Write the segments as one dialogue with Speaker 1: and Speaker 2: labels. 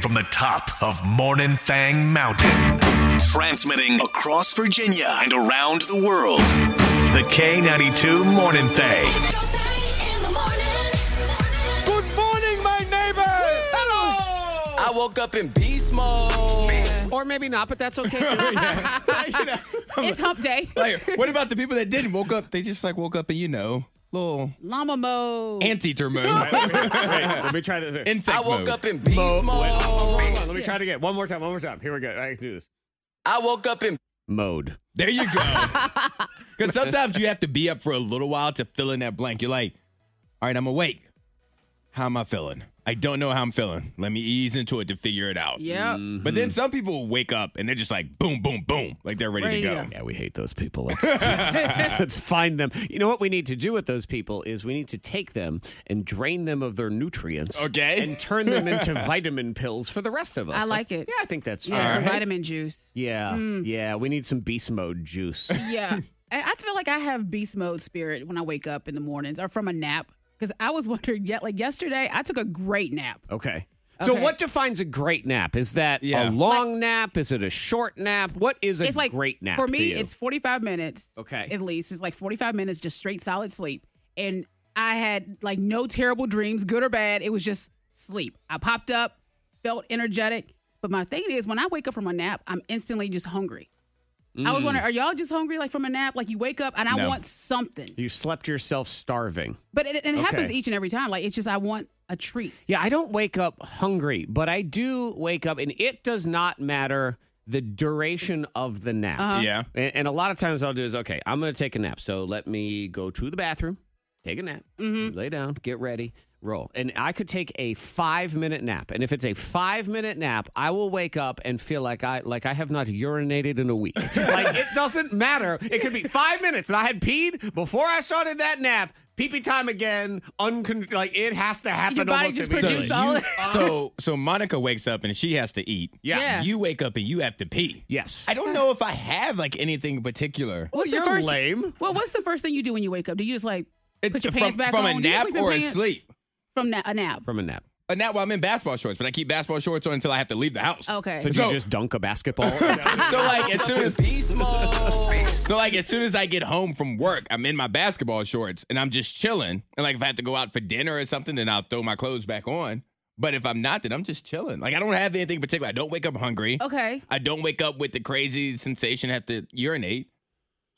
Speaker 1: from the top of Morning Thang Mountain, transmitting across Virginia and around the world. The K92 Morning Thang.
Speaker 2: Good morning, my neighbor. Hello.
Speaker 3: I woke up in beast mode.
Speaker 4: Or maybe not, but that's okay too.
Speaker 5: It's hump day.
Speaker 2: Like, what about the people that didn't woke up? They just like woke up and you know, little
Speaker 5: Llama mode.
Speaker 2: anteater mode,
Speaker 6: Wait, let me try that.
Speaker 2: insect
Speaker 3: I woke
Speaker 2: mode.
Speaker 3: up in beast mode.
Speaker 6: Hold on, let me try it again. One more time. One more time. Here we go. I can do this.
Speaker 3: I woke up in
Speaker 6: Mode.
Speaker 2: There you go. Because sometimes you have to be up for a little while to fill in that blank. You're like, all right, I'm awake. How am I feeling? I don't know how I'm feeling. Let me ease into it to figure it out.
Speaker 5: Yep.
Speaker 3: Mm-hmm.
Speaker 2: But then some people wake up and they're just like boom, boom, boom, like they're ready,
Speaker 5: Ready
Speaker 2: to
Speaker 5: to
Speaker 2: go.
Speaker 5: go.
Speaker 6: Yeah, we hate those people. Let's, let's find them. You know what we need to do with those people is we need to take them and drain them of their nutrients.
Speaker 2: Okay.
Speaker 6: And turn them into vitamin pills for the rest of us.
Speaker 5: I like it.
Speaker 6: Yeah, I think that's
Speaker 5: Yeah, some Mm.
Speaker 2: right.
Speaker 5: vitamin juice.
Speaker 6: Yeah. Yeah. We need some beast mode juice.
Speaker 5: Yeah. I I feel like I have beast mode spirit when I wake up in the mornings or from a nap. Because I was wondering, yet like yesterday, I took a great nap.
Speaker 6: Okay. So
Speaker 5: Okay.
Speaker 6: what defines a great nap? Is that
Speaker 2: Yeah.
Speaker 6: a long nap? Is it a short nap? What is a
Speaker 5: it's like
Speaker 6: great nap?
Speaker 5: for
Speaker 6: to
Speaker 5: me.
Speaker 6: you?
Speaker 5: It's forty five minutes.
Speaker 6: Okay.
Speaker 5: at least it's like forty five minutes, just straight solid sleep. And I had like no terrible dreams, good or bad. It was just sleep. I popped up, felt energetic. But my thing is, when I wake up from a nap, I'm instantly just hungry. I
Speaker 6: Mm.
Speaker 5: was wondering, are y'all just hungry like from a nap? Like you wake up and I
Speaker 2: No.
Speaker 5: want something.
Speaker 6: you slept yourself starving.
Speaker 5: But it, it happens
Speaker 6: Okay.
Speaker 5: each and every time. Like it's just I want a treat.
Speaker 6: Yeah, I don't wake up hungry, but I do wake up, and it does not matter the duration of the nap.
Speaker 2: Yeah.
Speaker 6: And, and a lot of times I'll do is, okay, I'm going to take a nap. So let me go to the bathroom, take a nap, lay down, get ready, roll. And I could take a five minute nap. And if it's a five minute nap, I will wake up and feel like I like I have not urinated in a week. like it doesn't matter. It could be five minutes, and I had peed before I started that nap. Pee pee time again. Uncon- like it has to happen.
Speaker 5: Your body
Speaker 6: almost
Speaker 5: just
Speaker 6: immediately.
Speaker 5: produced all.
Speaker 2: you- so so Monica wakes up and she has to eat.
Speaker 6: Yeah.
Speaker 5: Yeah.
Speaker 2: You wake up and you have to pee.
Speaker 6: Yes.
Speaker 2: I don't know if I have like anything in particular.
Speaker 6: Well,
Speaker 5: What's the
Speaker 6: you're
Speaker 5: first-
Speaker 6: lame.
Speaker 5: Well, what's the first thing you do when you wake up? Do you just like
Speaker 2: It-
Speaker 5: put your
Speaker 2: from,
Speaker 5: pants back
Speaker 2: from
Speaker 5: on?
Speaker 2: a
Speaker 5: Do you
Speaker 2: nap
Speaker 5: sleep in
Speaker 2: or a
Speaker 5: pants?
Speaker 2: sleep.
Speaker 5: From na- a nap.
Speaker 6: From a nap.
Speaker 2: A nap while I'm in basketball shorts, but I keep basketball shorts on until I have to leave the house.
Speaker 5: Okay.
Speaker 6: Could
Speaker 2: So-
Speaker 6: you just dunk a basketball?
Speaker 2: So like as soon as
Speaker 3: beast mode.
Speaker 2: So like as soon as I get home from work, I'm in my basketball shorts and I'm just chilling. And like if I have to go out for dinner or something, then I'll throw my clothes back on. But if I'm not, then I'm just chilling. Like I don't have anything particular. I don't wake up hungry.
Speaker 5: Okay.
Speaker 2: I don't wake up with the crazy sensation I have to urinate.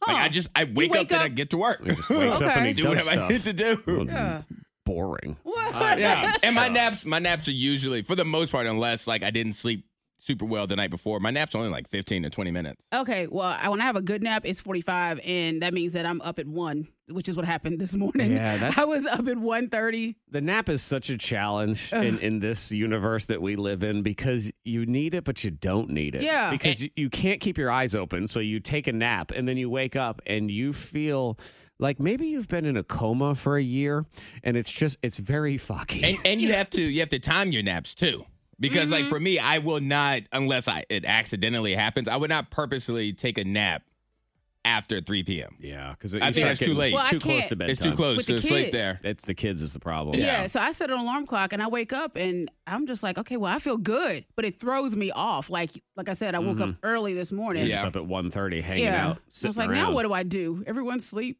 Speaker 5: Huh.
Speaker 2: Like I just I wake,
Speaker 5: wake
Speaker 2: up, and I
Speaker 5: up-
Speaker 2: get to work.
Speaker 6: He just wakes up and he
Speaker 2: do
Speaker 6: does
Speaker 2: whatever I
Speaker 6: stuff.
Speaker 2: need to do.
Speaker 6: Well, Boring.
Speaker 5: What?
Speaker 2: Uh, Yeah. And my naps, my naps are usually for the most part, unless like I didn't sleep super well the night before. My naps are only like fifteen to twenty minutes.
Speaker 5: Okay, well, I, when I have a good nap, it's forty five, and that means that I'm up at one, which is what happened this morning.
Speaker 6: Yeah, that's-
Speaker 5: I was up at one thirty.
Speaker 6: The nap is such a challenge in, in this universe that we live in because you need it, but you don't need it.
Speaker 5: Yeah.
Speaker 6: Because you, you can't keep your eyes open. So you take a nap and then you wake up and you feel like maybe you've been in a coma for a year and it's just, it's very foggy.
Speaker 2: and and you have to you have to time your naps too because
Speaker 5: Mm-hmm.
Speaker 2: like for me i will not unless i it accidentally happens i would not purposely take a nap after 3 p.m
Speaker 6: yeah. Because
Speaker 2: I think it's too late.
Speaker 5: Well, I
Speaker 6: too close
Speaker 5: can't-
Speaker 6: to bedtime.
Speaker 2: it's too close
Speaker 5: With
Speaker 2: to
Speaker 5: the
Speaker 2: sleep
Speaker 5: kids.
Speaker 2: there
Speaker 6: It's the kids is the problem.
Speaker 5: Yeah. so I set an alarm clock, and I wake up, and I'm just like, okay, well, I feel good, but it throws me off. Like, like I said, I woke up early this morning.
Speaker 2: Mm-hmm. Yeah.
Speaker 6: Just up at 1.30 hanging
Speaker 5: yeah.
Speaker 6: out.
Speaker 5: I was
Speaker 6: sitting
Speaker 5: like, now
Speaker 6: around.
Speaker 5: what do I do? Everyone sleep.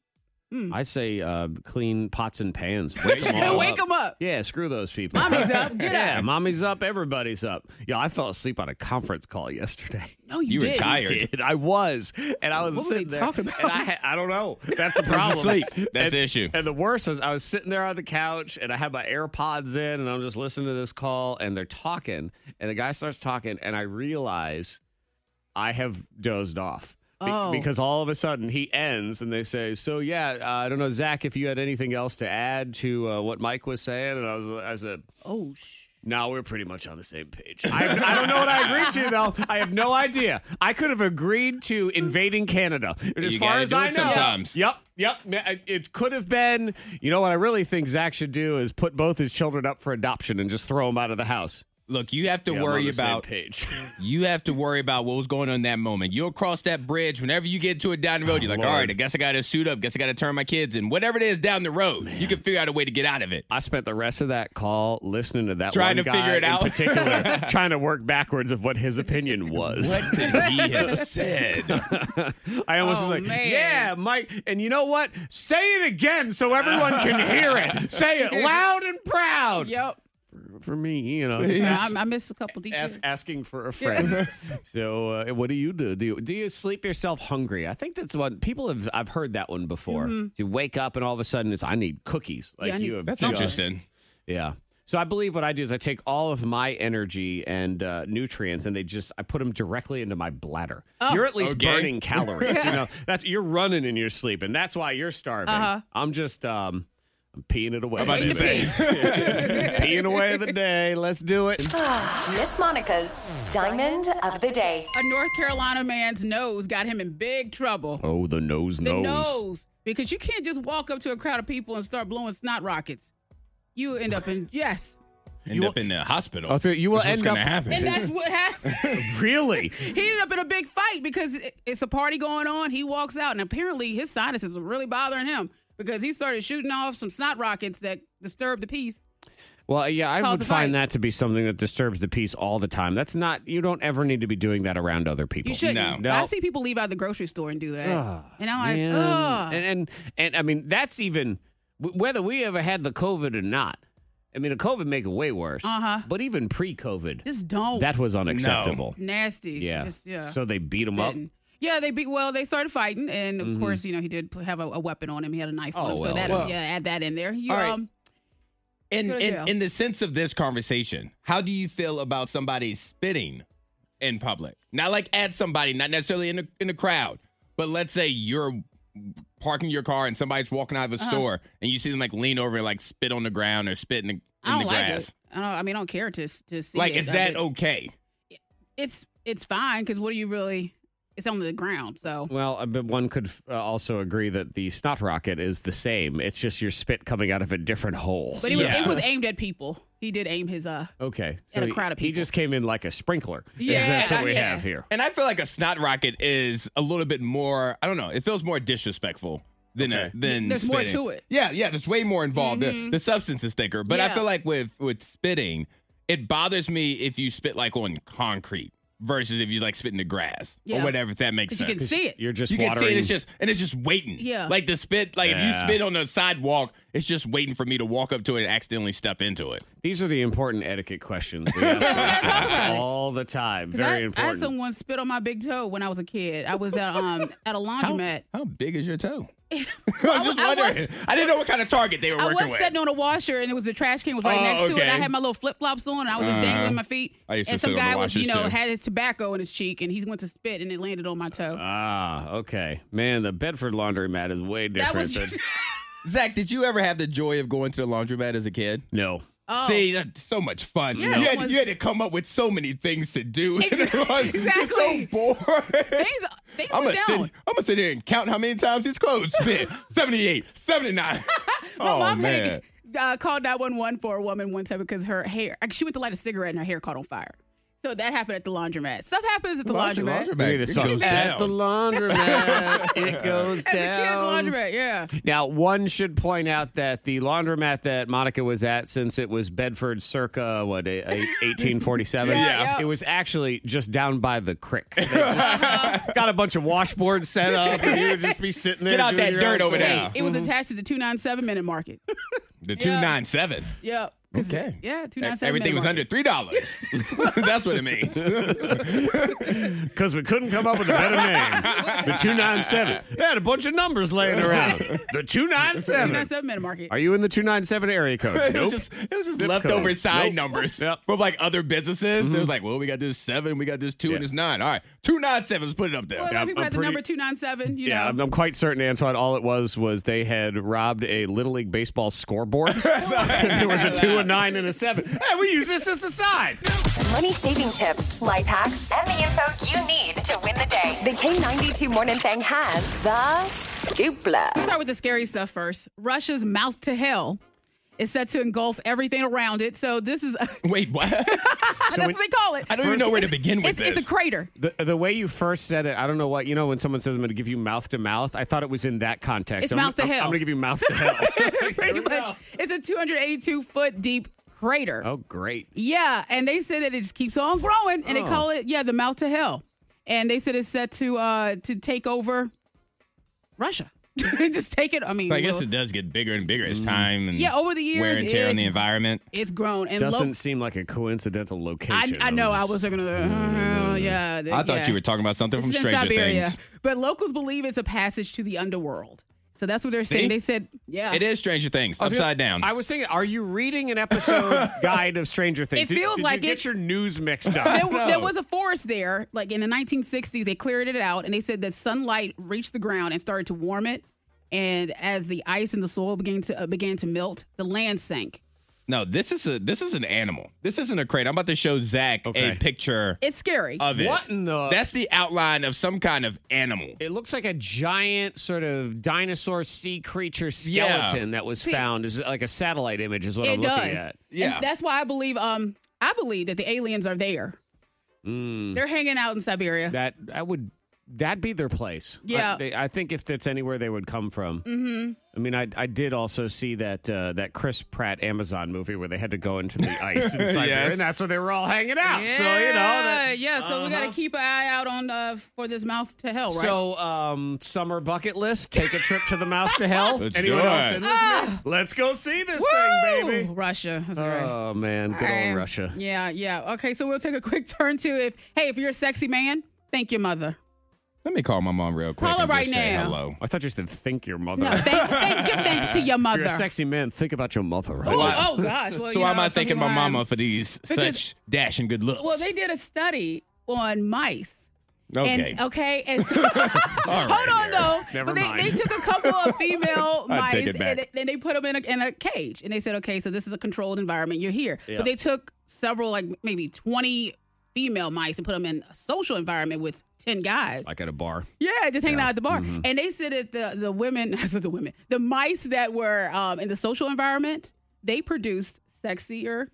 Speaker 6: I say uh, clean pots and pans. Wake them all
Speaker 5: Wake
Speaker 6: up.
Speaker 5: them up.
Speaker 6: Yeah, screw those people.
Speaker 5: Mommy's up. Get
Speaker 6: yeah,
Speaker 5: up.
Speaker 6: mommy's up. Everybody's up. Yeah, I fell asleep on a conference call yesterday.
Speaker 5: No, you,
Speaker 2: You were
Speaker 5: didn't.
Speaker 2: tired.
Speaker 6: Oh, Did I was, and I was
Speaker 5: What were they
Speaker 6: sitting there,
Speaker 5: talking about?
Speaker 6: and I, had- I don't know. That's the
Speaker 2: Where'd you
Speaker 6: problem.
Speaker 2: sleep? That's
Speaker 6: and,
Speaker 2: the issue.
Speaker 6: And the worst was, I was sitting there on the couch, and I had my AirPods in, and I'm just listening to this call, and they're talking, and the guy starts talking, and I realize I have dozed off. Be-
Speaker 5: Oh.
Speaker 6: Because all of a sudden he ends and they say, "So yeah, uh, I don't know, Zach, if you had anything else to add to uh, what Mike was saying," and I was, I said,
Speaker 5: Oh, sh-
Speaker 6: no, we're pretty much on the same page. I, I don't know what I agreed to, though. I have no idea. I could have agreed to invading Canada. As
Speaker 2: You
Speaker 6: far
Speaker 2: gotta
Speaker 6: as
Speaker 2: do
Speaker 6: I
Speaker 2: it
Speaker 6: know.
Speaker 2: sometimes.
Speaker 6: Yep, yep. ma- It could have been. You know what I really think Zach should do is put both his children up for adoption and just throw them out of the house.
Speaker 2: Look, you have to
Speaker 6: Yeah, I'm on
Speaker 2: worry
Speaker 6: the same
Speaker 2: about
Speaker 6: page.
Speaker 2: you have to worry about what was going on in that moment. You'll cross that bridge whenever you get to it down the
Speaker 6: Oh,
Speaker 2: road. You're like, all right, I guess I got to suit up. Guess I got to turn my kids in. Whatever it is down the road, you can figure out a way to get out of it.
Speaker 6: I spent the rest of that call listening to that
Speaker 2: Trying to
Speaker 6: one guy
Speaker 2: figure it
Speaker 6: in
Speaker 2: out.
Speaker 6: particular, trying to work backwards of what his opinion was.
Speaker 2: What could he have said?
Speaker 6: I almost
Speaker 5: Oh,
Speaker 6: was like,
Speaker 5: man.
Speaker 6: "Yeah, Mike." And you know what? Say it again so everyone can hear it. Say it loud and proud.
Speaker 5: Yep.
Speaker 6: For me, you know,
Speaker 5: So
Speaker 6: just
Speaker 5: I, I missed a couple details.
Speaker 6: ask, asking for a friend. so, uh, what do you do? Do you, do you sleep yourself hungry? I think that's one people have. I've heard that one before. You wake up and all of a sudden it's I need cookies. Like
Speaker 5: Mm-hmm. I need-
Speaker 6: you have
Speaker 5: That's
Speaker 2: That's
Speaker 6: just-
Speaker 2: interesting.
Speaker 6: Yeah. So I believe what I do is I take all of my energy and uh, nutrients and they just I put them directly into my bladder.
Speaker 5: Oh.
Speaker 6: you're at least
Speaker 2: Okay.
Speaker 6: burning calories. You know that's you're running in your sleep and that's why you're starving.
Speaker 5: Uh-huh.
Speaker 6: I'm just um, I'm peeing it away.
Speaker 2: I'm about to say.
Speaker 6: peeing away the day. Let's do it.
Speaker 7: Miss Monica's Diamond of the Day.
Speaker 5: A North Carolina man's nose got him in big trouble.
Speaker 6: Oh, the nose,
Speaker 5: The
Speaker 6: nose.
Speaker 5: nose. Because you can't just walk up to a crowd of people and start blowing snot rockets. You end up in, yes.
Speaker 2: End up in the hospital.
Speaker 6: Oh, so you will
Speaker 2: That's what's
Speaker 6: end
Speaker 2: gonna
Speaker 6: up-
Speaker 2: happen.
Speaker 5: And that's what happened.
Speaker 6: Really?
Speaker 5: He ended up in a big fight because it- it's a party going on. He walks out, and apparently his sinuses were really bothering him because he started shooting off some snot rockets that disturbed the peace.
Speaker 6: Well, yeah, I
Speaker 5: Cause
Speaker 6: would
Speaker 5: a
Speaker 6: find
Speaker 5: fight.
Speaker 6: that to be something that disturbs the peace all the time. That's not. You don't ever need to be doing that around other people.
Speaker 5: You shouldn't.
Speaker 6: No.
Speaker 5: I've seen people leave out of the grocery store and do that. and I'm
Speaker 6: Man.
Speaker 5: like, oh.
Speaker 6: And, and and I mean that's even w- whether we ever had the COVID or not. I mean, the COVID make it way worse.
Speaker 5: Uh-huh.
Speaker 6: But even pre-COVID,
Speaker 5: just don't.
Speaker 6: that was unacceptable.
Speaker 5: nasty.
Speaker 6: Yeah.
Speaker 5: Just, yeah.
Speaker 6: So they beat him up. Mm-hmm.
Speaker 5: Spitting. Yeah, they beat. Well, they started fighting, and of course, you know, he did pl- have a, a weapon on him. He had a knife on
Speaker 6: Oh,
Speaker 5: him, so
Speaker 6: well,
Speaker 5: that
Speaker 2: well.
Speaker 5: yeah, add that in there. You,
Speaker 2: All right.
Speaker 5: um,
Speaker 2: in,
Speaker 5: Go to jail.
Speaker 2: in, in the sense of this conversation, how do you feel about somebody spitting in public? Not like at somebody, not necessarily in the, in the crowd, but let's say you're parking your car and somebody's walking out of a
Speaker 5: Uh-huh.
Speaker 2: store and you see them like lean over and like spit on the ground or spit in the, in
Speaker 5: I
Speaker 2: the
Speaker 5: don't like
Speaker 2: grass.
Speaker 5: it. I don't. I mean, I don't care to s- to see.
Speaker 2: Like,
Speaker 5: it.
Speaker 2: is
Speaker 5: I
Speaker 2: that
Speaker 5: did-
Speaker 2: okay?
Speaker 5: It's it's fine because what are you really? It's on the ground, so
Speaker 6: Well, uh, but one could uh, also agree that the snot rocket is the same. It's just your spit coming out of a different hole.
Speaker 5: But it was,
Speaker 2: Yeah.
Speaker 5: it was aimed at people. He did aim his uh.
Speaker 6: okay.
Speaker 5: And a crowd of
Speaker 6: He
Speaker 5: people.
Speaker 6: just came in like a sprinkler.
Speaker 5: Yeah,
Speaker 6: That's what we
Speaker 5: yeah.
Speaker 6: have here.
Speaker 2: And I feel like a snot rocket is a little bit more. I don't know. It feels more disrespectful than a,
Speaker 6: Okay.
Speaker 2: than.
Speaker 5: There's more
Speaker 2: spitting.
Speaker 5: to it. Mm-hmm.
Speaker 2: Yeah, yeah. There's way more involved. The, the substance is thicker. But I
Speaker 5: Yeah.
Speaker 2: feel like with with spitting, it bothers me if you spit like on concrete versus if you like spit in the grass
Speaker 5: Yeah.
Speaker 2: or whatever. If that makes
Speaker 5: 'Cause you
Speaker 2: sense.
Speaker 5: can see it.
Speaker 6: You're just
Speaker 2: You can
Speaker 6: watering.
Speaker 2: see it, it's just and it's just waiting.
Speaker 5: Yeah.
Speaker 2: Like the spit, like
Speaker 6: Yeah.
Speaker 2: if you spit on the sidewalk, it's just waiting for me to walk up to it and accidentally step into it.
Speaker 6: These are the important etiquette questions we ask ourselves all the time.
Speaker 5: 'Cause
Speaker 6: Very
Speaker 5: I, I
Speaker 6: important.
Speaker 5: had someone spit on my big toe when I was a kid. I was at um at a laundromat.
Speaker 2: How big is your toe? I'm just
Speaker 5: I was-
Speaker 2: wondering. I, didn't know what kind of target they were
Speaker 5: I
Speaker 2: working
Speaker 5: was
Speaker 2: with.
Speaker 5: sitting on a washer and it was the trash can was right
Speaker 2: Oh,
Speaker 5: next to it. And I
Speaker 2: okay. Uh-huh.
Speaker 5: had my little flip flops on and I was just dangling my feet.
Speaker 2: I used to
Speaker 5: and some
Speaker 2: sit on the
Speaker 5: guy was, you
Speaker 2: washers,
Speaker 5: know,
Speaker 2: too.
Speaker 5: had his tobacco in his cheek and he went to spit and it landed on my toe.
Speaker 6: Ah, okay. Man, the Bedford laundromat is way different.
Speaker 5: that was
Speaker 6: than-
Speaker 2: Zach, did you ever have the joy of going to the laundromat as a kid?
Speaker 6: no.
Speaker 5: oh,
Speaker 2: See, that's so much fun.
Speaker 5: Yeah,
Speaker 2: you,
Speaker 5: it
Speaker 2: had,
Speaker 5: was-
Speaker 2: you had to come up with so many things to do. It's so
Speaker 5: exactly.
Speaker 2: bored.
Speaker 5: things things
Speaker 2: I'm
Speaker 5: were
Speaker 2: gonna, sit,
Speaker 5: down.
Speaker 2: I'm gonna sit here and count how many times his clothes fit. 78, 79.
Speaker 5: My
Speaker 2: oh,
Speaker 5: mom had
Speaker 2: man.
Speaker 5: uh, called 911 for a woman one time because her hair, she went to light a cigarette and her hair caught on fire. So that happened at the laundromat. Stuff happens at the laundromat.
Speaker 6: We need a
Speaker 2: It
Speaker 6: song.
Speaker 2: goes
Speaker 6: At the
Speaker 2: down.
Speaker 6: laundromat, it goes
Speaker 5: As a
Speaker 6: down.
Speaker 5: kid at the laundromat, yeah.
Speaker 6: Now, one should point out that the laundromat that Monica was at, since it was Bedford circa, what, eh, eh, 1847?
Speaker 2: Yeah, yeah.
Speaker 6: It was actually just down by the creek. They just got a bunch of washboards set up, and you would just be sitting there.
Speaker 2: Get out
Speaker 6: doing
Speaker 2: that
Speaker 6: your
Speaker 2: dirt
Speaker 6: own
Speaker 2: over
Speaker 6: thing.
Speaker 2: there.
Speaker 5: Hey, it was attached to the 297 minute market.
Speaker 2: The 297.
Speaker 5: Yep. 'Cause-
Speaker 2: Okay.
Speaker 5: Yeah, 297
Speaker 2: Everything
Speaker 5: minute
Speaker 2: was
Speaker 5: market.
Speaker 2: under $3. That's what it means.
Speaker 6: because we couldn't come up with a better name. The 297. They had a bunch of numbers laying around. The 297.
Speaker 5: 297 minute market.
Speaker 6: Are you in the 297 area code?
Speaker 2: It was
Speaker 6: Nope.
Speaker 2: just, it was just
Speaker 6: Zip
Speaker 2: leftover
Speaker 6: code.
Speaker 2: side
Speaker 6: Nope.
Speaker 2: numbers
Speaker 6: Yep.
Speaker 2: from like other businesses. It was like, well, we got this seven, we got this two, and
Speaker 6: Yeah.
Speaker 2: this nine. All right, two nine seven. Let's put it up there.
Speaker 5: Well, a
Speaker 6: Yeah,
Speaker 5: lot of people
Speaker 6: I'm
Speaker 5: had the
Speaker 6: pretty-
Speaker 5: number 297, you
Speaker 6: Yeah,
Speaker 5: know.
Speaker 6: I'm, I'm quite certain, Antoine. All it was was they had robbed a Little League baseball scoreboard. there was a two, a nine, and a seven. Hey, we use this as a side.
Speaker 7: Money saving tips, life hacks, and the info you need to win the day. The K92 Morning Thing has the dupla.
Speaker 5: Let's start with the scary stuff first. Russia's mouth to hell is set to engulf everything around it. So this is
Speaker 2: Wait, what?
Speaker 5: that's what they call it.
Speaker 2: I don't even know where to begin with
Speaker 5: It's, it's
Speaker 2: this.
Speaker 5: a crater.
Speaker 6: The, the way you first said it, I don't know what you know. When someone says I'm going to give you mouth to mouth, I thought it was in that context.
Speaker 5: It's
Speaker 6: I'm,
Speaker 5: mouth to
Speaker 6: I'm-
Speaker 5: hell.
Speaker 6: I'm going to give you mouth to hell.
Speaker 5: Pretty much, it's a 282 foot deep crater.
Speaker 6: oh, great.
Speaker 5: Yeah, and they said that it just keeps on growing,
Speaker 2: Oh.
Speaker 5: and they call it yeah the mouth to hell. And they said it's set to uh to take over Russia. just take it. I mean,
Speaker 2: So I guess
Speaker 5: well,
Speaker 2: it does get bigger and bigger as time and
Speaker 5: Mm. Yeah, over the years,
Speaker 2: wear and tear on the
Speaker 5: it's-
Speaker 2: environment.
Speaker 5: it's grown and
Speaker 6: Doesn't
Speaker 5: low.
Speaker 6: seem like a coincidental
Speaker 5: I,
Speaker 6: location.
Speaker 5: I know. I was gonna. Uh, yeah.
Speaker 2: I thought
Speaker 5: yeah.
Speaker 2: you were talking about something
Speaker 5: This
Speaker 2: from
Speaker 5: is in
Speaker 2: Stranger
Speaker 5: Siberia.
Speaker 2: Things.
Speaker 5: But locals believe it's a passage to the underworld. So that's what they're saying.
Speaker 2: See?
Speaker 5: They said, yeah.
Speaker 2: It is Stranger Things,
Speaker 6: I was
Speaker 2: upside
Speaker 6: gonna-
Speaker 2: down.
Speaker 6: I was thinking, are you reading an episode guide of Stranger Things?
Speaker 5: It
Speaker 6: Did-
Speaker 5: feels
Speaker 6: did
Speaker 5: like
Speaker 6: you
Speaker 5: it.
Speaker 6: Get your news mixed up.
Speaker 5: There, there was a forest there, like in the 1960s. They cleared it out, and they said that sunlight reached the ground and started to warm it. And as the ice and the soil began to uh, began to melt, the land sank.
Speaker 2: no, this is a this is an animal. This isn't a crate. I'm about to show Zach
Speaker 6: Okay.
Speaker 2: a picture
Speaker 5: It's scary.
Speaker 2: of it.
Speaker 6: What in the-
Speaker 2: That's the outline of some kind of animal.
Speaker 6: It looks like a giant sort of dinosaur sea creature
Speaker 2: Yeah.
Speaker 6: skeleton that was found. Is like a satellite image, is what
Speaker 5: it
Speaker 6: I'm
Speaker 5: does.
Speaker 6: looking at.
Speaker 2: Yeah.
Speaker 5: And that's why I believe. Um, I believe that the aliens are there.
Speaker 2: Mm.
Speaker 5: They're hanging out in Siberia.
Speaker 6: That I would that be their place.
Speaker 5: Yeah.
Speaker 6: I, they, I think if that's anywhere they would come from. Mm-hmm. I mean, I I did also see that uh, that Chris Pratt Amazon movie where they had to go into the ice in Siberia,
Speaker 2: Yes.
Speaker 6: and that's where they were all hanging out.
Speaker 5: yeah,
Speaker 6: So you know. That, uh-huh.
Speaker 5: yeah. So we
Speaker 2: uh-huh.
Speaker 5: got to keep an eye out on uh, for this mouth to hell, right?
Speaker 6: So, um, summer bucket list: take a trip to the mouth to hell.
Speaker 2: Let's
Speaker 6: Anyone
Speaker 2: do
Speaker 6: else
Speaker 2: it.
Speaker 6: in with me? Let's go see this thing,
Speaker 5: Ah! Woo!
Speaker 6: baby.
Speaker 5: Russia. That's right.
Speaker 6: Oh man, good
Speaker 5: All right.
Speaker 6: old Russia.
Speaker 5: Yeah, yeah. Okay, so we'll take a quick turn to if hey, if you're a sexy man, thank your mother.
Speaker 2: Let me call my mom real quick.
Speaker 5: Call her
Speaker 2: and just
Speaker 5: right
Speaker 2: say
Speaker 5: now.
Speaker 2: hello.
Speaker 6: I thought you said think your mother.
Speaker 5: No, thank, thank give thanks to your
Speaker 6: If
Speaker 5: mother.
Speaker 6: you're a sexy man, think about your mother, right?
Speaker 5: Ooh,
Speaker 2: Why-
Speaker 5: oh gosh. Well,
Speaker 2: so
Speaker 5: you
Speaker 2: why
Speaker 5: know,
Speaker 2: am I
Speaker 5: some
Speaker 2: thanking my
Speaker 5: people are-
Speaker 2: mama for these
Speaker 5: Because-
Speaker 2: such dashing good looks?
Speaker 5: Well, they did a study on mice.
Speaker 2: okay.
Speaker 5: And okay, and so, hold on though.
Speaker 6: Never
Speaker 5: but they,
Speaker 6: mind.
Speaker 5: they took a couple of female
Speaker 2: I
Speaker 5: mice
Speaker 2: take it back.
Speaker 5: and they- and they put them in a, in a cage and they said, okay, so this is a controlled environment. You're here. But they took several, like maybe 20 female mice and put them in a social environment with 10 guys.
Speaker 6: Like at a bar.
Speaker 5: Yeah, just hanging out at the bar. And they said that the the women, I said the women, the mice that were um, in the social environment, they produced sexier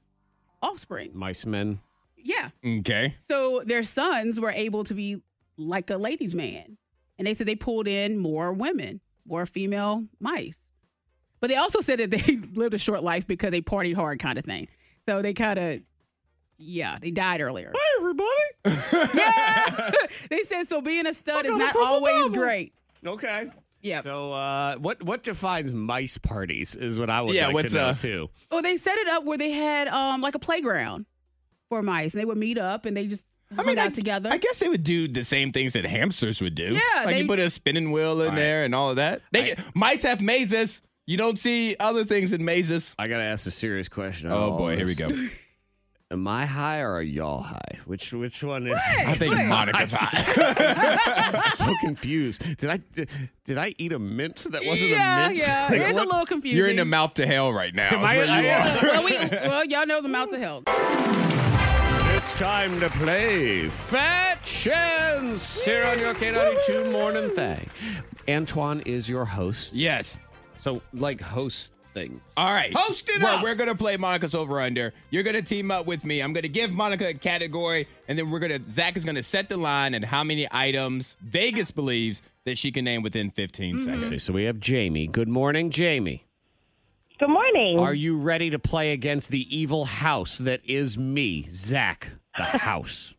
Speaker 5: offspring.
Speaker 6: Mice men.
Speaker 5: Yeah.
Speaker 2: okay.
Speaker 5: So their sons were able to be like a ladies' man, and they said they pulled in more women, more female mice. But they also said that they lived a short life because they partied hard, kind of thing. So they kind of, yeah, they died earlier.
Speaker 2: everybody.
Speaker 5: Yeah. they said so. Being a stud is not always great.
Speaker 6: Okay.
Speaker 5: Yeah.
Speaker 6: So, uh, what what defines mice parties is what I would
Speaker 2: Yeah,
Speaker 6: like
Speaker 2: what's,
Speaker 6: to know
Speaker 2: uh,
Speaker 6: too.
Speaker 5: Oh, they set it up where they had um like a playground for mice, and they would meet up and they just hung out together.
Speaker 2: I guess they would do the same things that hamsters would do.
Speaker 5: Yeah,
Speaker 2: like
Speaker 5: they-
Speaker 2: you put a spinning wheel in there and all of that. They mice have mazes. You don't see other things in mazes.
Speaker 6: I gotta ask a serious question. on
Speaker 2: Oh
Speaker 6: all
Speaker 2: boy, here we
Speaker 6: this.
Speaker 2: go.
Speaker 6: Am I high or are y'all high? Which which one is?
Speaker 2: I think
Speaker 5: Wait.
Speaker 2: Monica's hot.
Speaker 6: I'm so confused. Did I did I eat a mint that wasn't
Speaker 5: yeah,
Speaker 6: a mint?
Speaker 5: yeah,
Speaker 6: Like,
Speaker 5: it's
Speaker 6: what-
Speaker 5: a little confusing.
Speaker 2: You're in the mouth to hell right now.
Speaker 6: Am
Speaker 2: is
Speaker 6: I-
Speaker 2: where you
Speaker 6: I-
Speaker 2: are.
Speaker 5: well, we, well, y'all know the mouth of hell.
Speaker 6: It's time to play Fetch and Sit on your K92 morning thing. Antoine is your host.
Speaker 2: Yes.
Speaker 6: So, like, host things.
Speaker 2: All right.
Speaker 6: Host it
Speaker 2: well,
Speaker 6: up.
Speaker 2: We're going to play Monica's over under. You're going to team up with me. I'm going to give Monica a category, and then we're going to, Zach is going to set the line and how many items Vegas believes that she can name within 15
Speaker 5: Mm-hmm.
Speaker 2: seconds.
Speaker 6: Okay, so we have Jamie. Good morning, Jamie.
Speaker 8: Good morning.
Speaker 6: Are you ready to play against the evil house that is me, Zach, the house?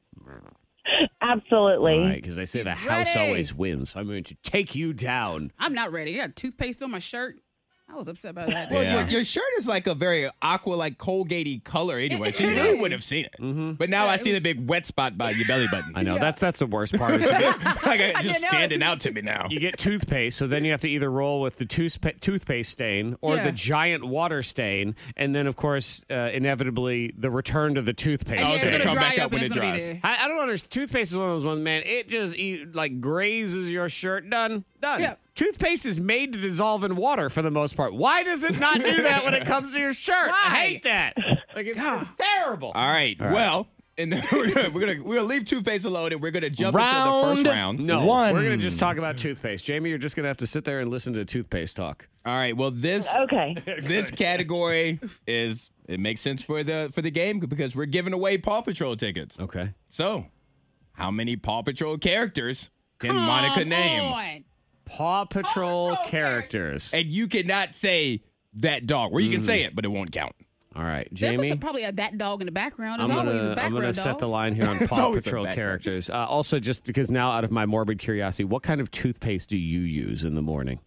Speaker 8: Absolutely.
Speaker 6: All right, because they say the house
Speaker 5: ready.
Speaker 6: always wins. I'm going to take you down.
Speaker 5: I'm not ready. I got toothpaste on my shirt. I was upset about that.
Speaker 2: Well, your,
Speaker 6: Yeah.
Speaker 2: your shirt is like a very aqua, like Colgate color anyway. She really would have seen it. But now I see the big wet spot by your belly button.
Speaker 6: Mm-hmm. I know that's that's the worst part. Is you, get,
Speaker 2: like it's just
Speaker 5: know.
Speaker 2: standing out to me now.
Speaker 6: you get toothpaste, so then you have to either roll with the toothpa- toothpaste stain or
Speaker 5: Yeah.
Speaker 6: the giant water stain, and then of course, uh, inevitably, the return to the toothpaste.
Speaker 5: And yeah, it's
Speaker 2: it's gonna
Speaker 5: gonna
Speaker 2: come
Speaker 5: dry
Speaker 2: back
Speaker 5: up,
Speaker 2: up
Speaker 5: and
Speaker 2: when
Speaker 5: it's
Speaker 2: it
Speaker 5: gonna be
Speaker 2: dries.
Speaker 5: there.
Speaker 6: I, I don't understand. Toothpaste is one of those ones, man. It just e like grazes your shirt. Done. Done.
Speaker 5: Yeah.
Speaker 6: Toothpaste is made to dissolve in water for the most part. Why does it not do that when it comes to your shirt? I
Speaker 5: Why?
Speaker 6: hate that. Like it's, it's terrible.
Speaker 2: All right. Well, and then we're gonna we're gonna, we're gonna leave toothpaste alone, and we're gonna jump into the
Speaker 9: Round
Speaker 2: first round.
Speaker 6: No,
Speaker 9: One.
Speaker 6: we're gonna just talk about toothpaste. Jamie, you're just gonna have to sit there and listen to toothpaste talk.
Speaker 2: All right. Well, this
Speaker 8: Okay.
Speaker 2: this category is it makes sense for the for the game because we're giving away Paw Patrol tickets.
Speaker 6: Okay.
Speaker 2: So, how many Paw Patrol characters can Monica
Speaker 5: Come
Speaker 2: name?
Speaker 5: on.
Speaker 6: Paw
Speaker 5: Oh,
Speaker 6: Patrol
Speaker 5: Patrol
Speaker 6: characters.
Speaker 2: And you cannot say that dog, or you can
Speaker 6: Mm-hmm.
Speaker 2: say it, but it won't count.
Speaker 6: All right,
Speaker 5: That was
Speaker 6: Jamie.
Speaker 5: a- probably a that dog in the background.
Speaker 6: I'm
Speaker 5: There's
Speaker 6: gonna,
Speaker 5: always a
Speaker 6: I'm
Speaker 5: background
Speaker 6: gonna
Speaker 5: dog.
Speaker 6: set the line here on
Speaker 2: There's
Speaker 6: Paw
Speaker 2: always a
Speaker 6: Patrol
Speaker 2: background.
Speaker 6: characters. Uh, also, just because now, out of my morbid curiosity, what kind of toothpaste do you use in the morning?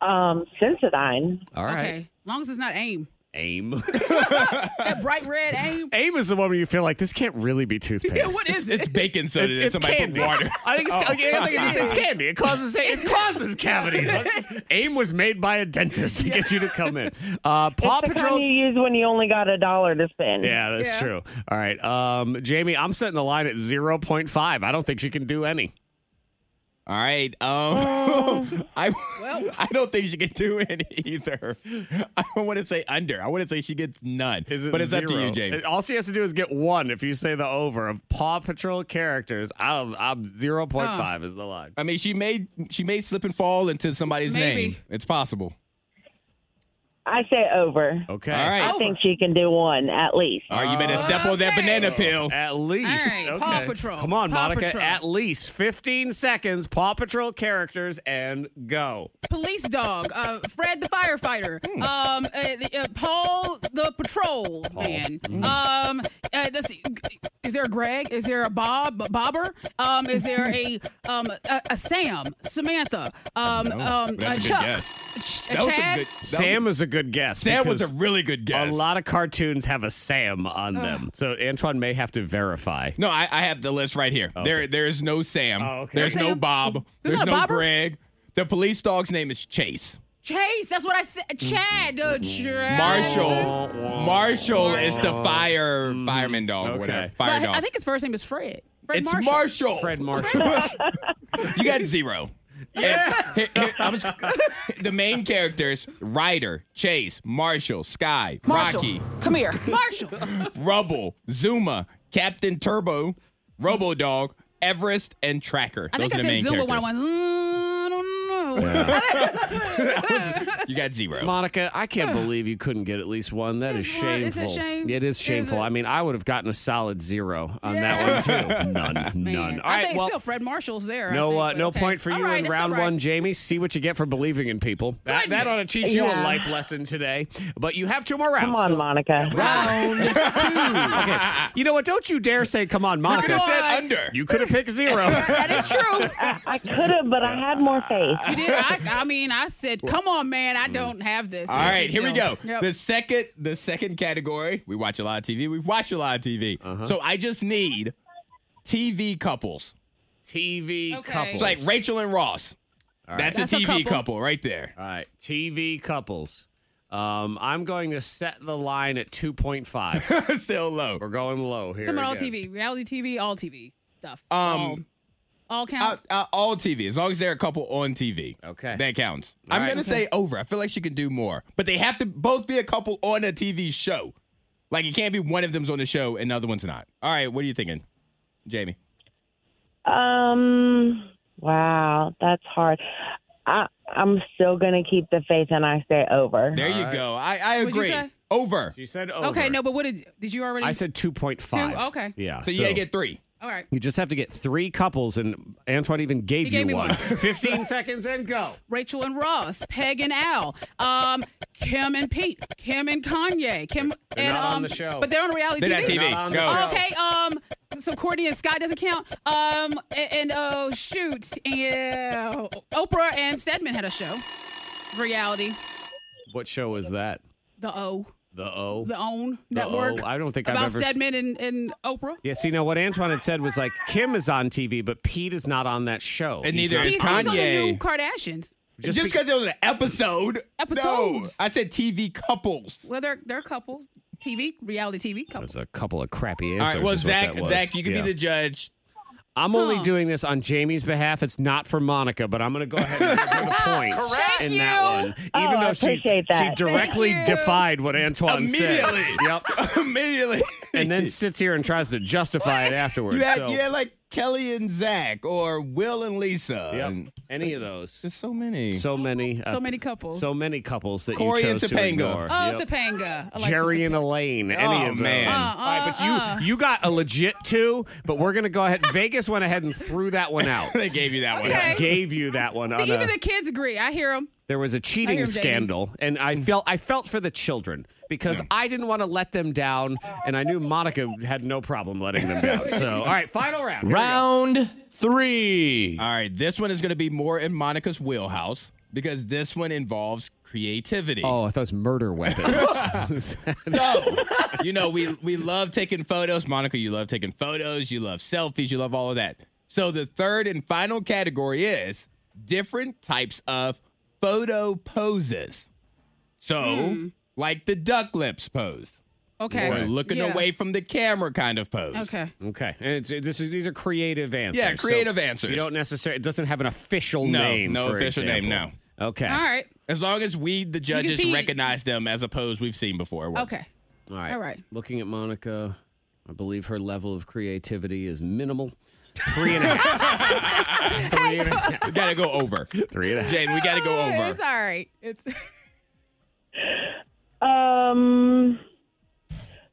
Speaker 8: Um, Sensodyne.
Speaker 6: All right,
Speaker 5: Okay. As long as it's not aim.
Speaker 6: aim.
Speaker 5: That bright red aim.
Speaker 6: aim is the one where you feel like this can't really be toothpaste.
Speaker 2: Yeah, what is it? It's baking soda that somebody put water. Oh.
Speaker 6: I think it's, I think it just, it's candy. It causes it causes cavities. AIM was made by a dentist to get you to come in. Uh, Paw
Speaker 8: It's the
Speaker 6: Patrol.
Speaker 8: kind you use when you only got a dollar to spend.
Speaker 6: yeah, that's
Speaker 5: Yeah.
Speaker 6: true. All right, um, Jamie, I'm setting the line at 0.5. I don't think she can do any.
Speaker 2: All right.
Speaker 6: Oh.
Speaker 2: Um, I I don't think she can do it either. I don't want to say under. I want to say she gets none. but it's up to
Speaker 6: zero?
Speaker 2: you, Jamie.
Speaker 6: All she has to do is get one. If you say the over of Paw Patrol characters, I'm, I'm 0.5 is the line.
Speaker 2: I mean, she may she may slip and fall into somebody's
Speaker 5: Maybe.
Speaker 2: name. It's possible.
Speaker 8: I say over.
Speaker 6: Okay.
Speaker 2: All right.
Speaker 8: I think she can do one at least.
Speaker 2: All right, you better step on that
Speaker 5: Okay.
Speaker 2: banana peel.
Speaker 6: At least.
Speaker 5: All right, Paw Patrol.
Speaker 6: Come on,
Speaker 5: Paw
Speaker 6: Monica.
Speaker 5: Patrol.
Speaker 6: At least 15 seconds, Paw Patrol characters, and go.
Speaker 5: Police dog. Uh, Fred the firefighter.
Speaker 2: Hmm.
Speaker 5: Um, uh, the, uh, Paul the patrol man.
Speaker 2: Hmm.
Speaker 5: Um, uh, let's see. Is there a Greg? Is there a Bob? Bobber? Um, is there a um a, a Sam? Samantha? Um, um,
Speaker 2: that's a
Speaker 5: a
Speaker 2: good
Speaker 5: Chuck?
Speaker 2: guess.
Speaker 5: Ch- a Chad?
Speaker 2: that
Speaker 6: Sam
Speaker 2: Was
Speaker 6: was a good guess.
Speaker 2: a, Sam was
Speaker 6: because
Speaker 2: a really good
Speaker 6: a
Speaker 2: guess.
Speaker 6: lot of cartoons have a Sam on them. So Antoine may have to verify.
Speaker 2: No, I, I have the list right here. There, there is no Sam.
Speaker 6: Oh, okay.
Speaker 2: There's no
Speaker 5: Sam?
Speaker 2: Bob. There's
Speaker 5: not
Speaker 2: no
Speaker 5: Bobber?
Speaker 2: Greg. The police dog's name is Chase.
Speaker 5: Chase. That's what I said. Chad. Uh, Chad.
Speaker 2: Hmm. Marshall. Marshall is the fire fireman dog.
Speaker 6: Mm-hmm. Okay.
Speaker 2: Whatever.
Speaker 5: But
Speaker 2: Fire dog.
Speaker 5: I think his first name is Fred. Fred
Speaker 2: it's
Speaker 5: Marshall.
Speaker 2: Marshall.
Speaker 6: Fred Marshall.
Speaker 2: you got zero. Yeah. I'm just, the main characters: Ryder, Chase, Marshall, Sky,
Speaker 5: Marshall.
Speaker 2: Rocky,
Speaker 5: Come here. Marshall.
Speaker 2: Rubble, Zuma, Captain Turbo, Robo Dog, Everest, and Tracker.
Speaker 5: I
Speaker 2: Those
Speaker 5: think
Speaker 2: are
Speaker 5: I
Speaker 2: the main
Speaker 5: said Zumba when I
Speaker 2: characters.
Speaker 5: went, "Mm, I don't know.
Speaker 2: You got zero.
Speaker 6: Monica, I can't believe you couldn't get at least one. That is
Speaker 5: Is one- is it
Speaker 6: shameful.
Speaker 5: shame?
Speaker 6: It is shameful.
Speaker 5: Is it-
Speaker 6: I mean, I would have gotten a solid zero on that one, too. None.
Speaker 5: Man.
Speaker 6: None. All
Speaker 5: I
Speaker 6: right,
Speaker 5: think
Speaker 6: well,
Speaker 5: still Fred Marshall's there. I
Speaker 6: No,
Speaker 5: think,
Speaker 6: uh,
Speaker 5: but
Speaker 6: no
Speaker 5: okay.
Speaker 6: point for
Speaker 5: All
Speaker 6: you
Speaker 5: right,
Speaker 6: in
Speaker 5: that's
Speaker 6: round
Speaker 5: all right.
Speaker 6: one, Jamie. See what you get for believing in people. That, that ought to teach you a
Speaker 8: Yeah.
Speaker 6: life lesson today. But you have two more rounds.
Speaker 8: Come on, Monica.
Speaker 6: Round two. Okay. You know what? Don't you dare say, "Come on,
Speaker 2: could
Speaker 6: Monica."
Speaker 2: have said under.
Speaker 6: You could have picked zero.
Speaker 5: That is true.
Speaker 8: I could have, but I had more faith.
Speaker 5: You did. I, I mean, I said, come on, man. I don't have this.
Speaker 2: All right, here we go.
Speaker 5: Yep.
Speaker 2: The second, the second category. We watch a lot of TV. We've watched a lot of TV.
Speaker 6: Uh-huh.
Speaker 2: So I just need TV couples.
Speaker 6: TV
Speaker 5: Okay.
Speaker 6: couples.
Speaker 2: It's like Rachel and Ross. That's,
Speaker 5: That's
Speaker 2: a
Speaker 5: a
Speaker 2: TV couple.
Speaker 5: couple.
Speaker 2: right there.
Speaker 6: All right, TV couples. Um, I'm going to set the line at 2.5.
Speaker 2: Still low.
Speaker 6: We're going low here.
Speaker 5: Some on all
Speaker 6: again.
Speaker 5: TV, reality TV, all TV stuff.
Speaker 2: Um,
Speaker 5: all,
Speaker 6: uh,
Speaker 5: all counts.
Speaker 2: Out- out- all TV, as long as they're a couple on TV.
Speaker 6: Okay.
Speaker 2: That counts. I'm
Speaker 6: right.
Speaker 2: gonna say over. I feel like she could do more, but they have to both be a couple on a TV show. Like it can't be one of them's on the show and the other one's not. All right, what are you thinking, Jamie?
Speaker 8: Um, wow, that's hard. I, I'm still gonna keep the faith, and I say over.
Speaker 2: There you
Speaker 6: right.
Speaker 2: go. I, I
Speaker 5: What'd you
Speaker 2: agree.
Speaker 5: say?
Speaker 2: Over.
Speaker 6: You said over.
Speaker 5: okay, no, but what did did you already?
Speaker 6: oh, I said 2.5.
Speaker 5: Two? Okay.
Speaker 6: Yeah.
Speaker 2: So you gotta get three.
Speaker 5: all right.
Speaker 6: You just have to get three couples, and Antoine even gave
Speaker 5: He gave
Speaker 6: you
Speaker 5: me
Speaker 6: one.
Speaker 5: one.
Speaker 6: 15 seconds and go.
Speaker 5: Rachel and Ross, Peg and Al, um, Kim and Pete, Kim and Kanye, Kim
Speaker 6: They're
Speaker 5: and
Speaker 6: not on
Speaker 5: um,
Speaker 6: the show.
Speaker 5: but they're on reality
Speaker 2: They're not
Speaker 5: TV.
Speaker 2: TV.
Speaker 6: Not on the
Speaker 2: Go.
Speaker 6: show.
Speaker 5: Okay, um, so Courtney and Scott doesn't count. Um, and, and oh shoot, yeah, Oprah and Stedman had a show, reality,
Speaker 6: What show was that?
Speaker 5: the O,
Speaker 6: The O.
Speaker 5: the OWN network.
Speaker 6: I don't think
Speaker 5: about
Speaker 6: I've ever. s-
Speaker 5: Stedman and, and Oprah.
Speaker 6: yeah, see, now what Antoine had said was like Kim is on TV, but Pete is not on that show.
Speaker 2: And
Speaker 6: He's
Speaker 2: neither
Speaker 6: not-
Speaker 2: is
Speaker 5: He's, he's on the
Speaker 2: Kanye.
Speaker 5: new Kardashians.
Speaker 6: Just
Speaker 2: Just
Speaker 6: bec-
Speaker 2: because it was an episode.
Speaker 5: Episodes.
Speaker 2: No, I said TV couples.
Speaker 5: Well, they're they're a couple TV reality TV couple.
Speaker 6: There's a couple of crappy
Speaker 2: All
Speaker 6: answers.
Speaker 2: right. Well,
Speaker 6: is what
Speaker 2: Zach,
Speaker 6: that was.
Speaker 2: Zach, you can
Speaker 6: Yeah.
Speaker 2: be the judge.
Speaker 6: I'm only doing this on Jamie's behalf. It's not for Monica, but I'm going to go ahead and give her the points
Speaker 5: Correct
Speaker 6: in
Speaker 5: you.
Speaker 6: that one.
Speaker 8: Oh,
Speaker 6: Even
Speaker 8: I
Speaker 6: though she,
Speaker 8: appreciate that.
Speaker 6: she directly
Speaker 5: Thank you.
Speaker 6: defied what Antoine said.
Speaker 2: Immediately.
Speaker 6: Yep.
Speaker 2: Immediately.
Speaker 6: and then sits here and tries to justify it afterwards.
Speaker 2: You had,
Speaker 6: So,
Speaker 2: you had like Kelly and Zach or Will and Lisa.
Speaker 6: yep,
Speaker 2: And
Speaker 6: any of those.
Speaker 2: there's so many.
Speaker 6: So many. uh,
Speaker 5: So many couples.
Speaker 6: So many couples that
Speaker 2: Corey
Speaker 6: you
Speaker 2: and
Speaker 6: chose to
Speaker 2: Topanga.
Speaker 6: ignore.
Speaker 5: oh,
Speaker 6: Yep.
Speaker 5: Topanga. Alexis
Speaker 6: Jerry and
Speaker 5: Topanga.
Speaker 6: Elaine.
Speaker 2: Oh,
Speaker 6: Any of
Speaker 2: man.
Speaker 6: those.
Speaker 2: Uh,
Speaker 6: All right, but you
Speaker 5: uh, uh.
Speaker 6: you got a legit two, but we're gonna go ahead. Vegas went ahead and threw that one out.
Speaker 2: they gave you that one.
Speaker 5: Okay.
Speaker 6: Gave you that one. on
Speaker 5: See, even
Speaker 6: a-
Speaker 5: the kids agree. I hear them.
Speaker 6: there was
Speaker 5: I
Speaker 6: a
Speaker 5: hear
Speaker 6: cheating
Speaker 5: 'em, Jamie.
Speaker 6: scandal, and I felt I felt for the children because I didn't want to let them down, and I knew Monica had no problem letting them down. So, all right, final round. Here we go.
Speaker 9: Round three.
Speaker 2: All right, this one is going to be more in Monica's wheelhouse because this one involves creativity.
Speaker 6: Oh, I thought it was murder weapons.
Speaker 2: So, you know, we we love taking photos. Monica, you love taking photos, you love selfies, you love all of that. So the third and final category is different types of photo poses. So, like the duck lips pose,
Speaker 5: Hmm. Okay.
Speaker 2: or looking
Speaker 5: Yeah.
Speaker 2: away from the camera kind of pose.
Speaker 5: Okay.
Speaker 6: okay, and it's, this is these are creative answers.
Speaker 2: Yeah, creative
Speaker 6: so
Speaker 2: answers.
Speaker 6: You don't necessarily. It doesn't have an official
Speaker 2: No,
Speaker 6: name.
Speaker 2: no
Speaker 6: for
Speaker 2: official name,
Speaker 6: example. Okay.
Speaker 5: All right.
Speaker 2: As long as we, the judges,
Speaker 5: see-
Speaker 2: recognize them as a pose we've seen before. it works.
Speaker 5: Okay.
Speaker 6: All right.
Speaker 5: All right.
Speaker 6: Looking at Monica, I believe her level of creativity is minimal. Three and a half. Three and a half.
Speaker 2: We gotta go over.
Speaker 6: Three and a half.
Speaker 2: Jane, we gotta go
Speaker 5: Oh,
Speaker 2: over.
Speaker 5: It's all right. It's
Speaker 8: Um,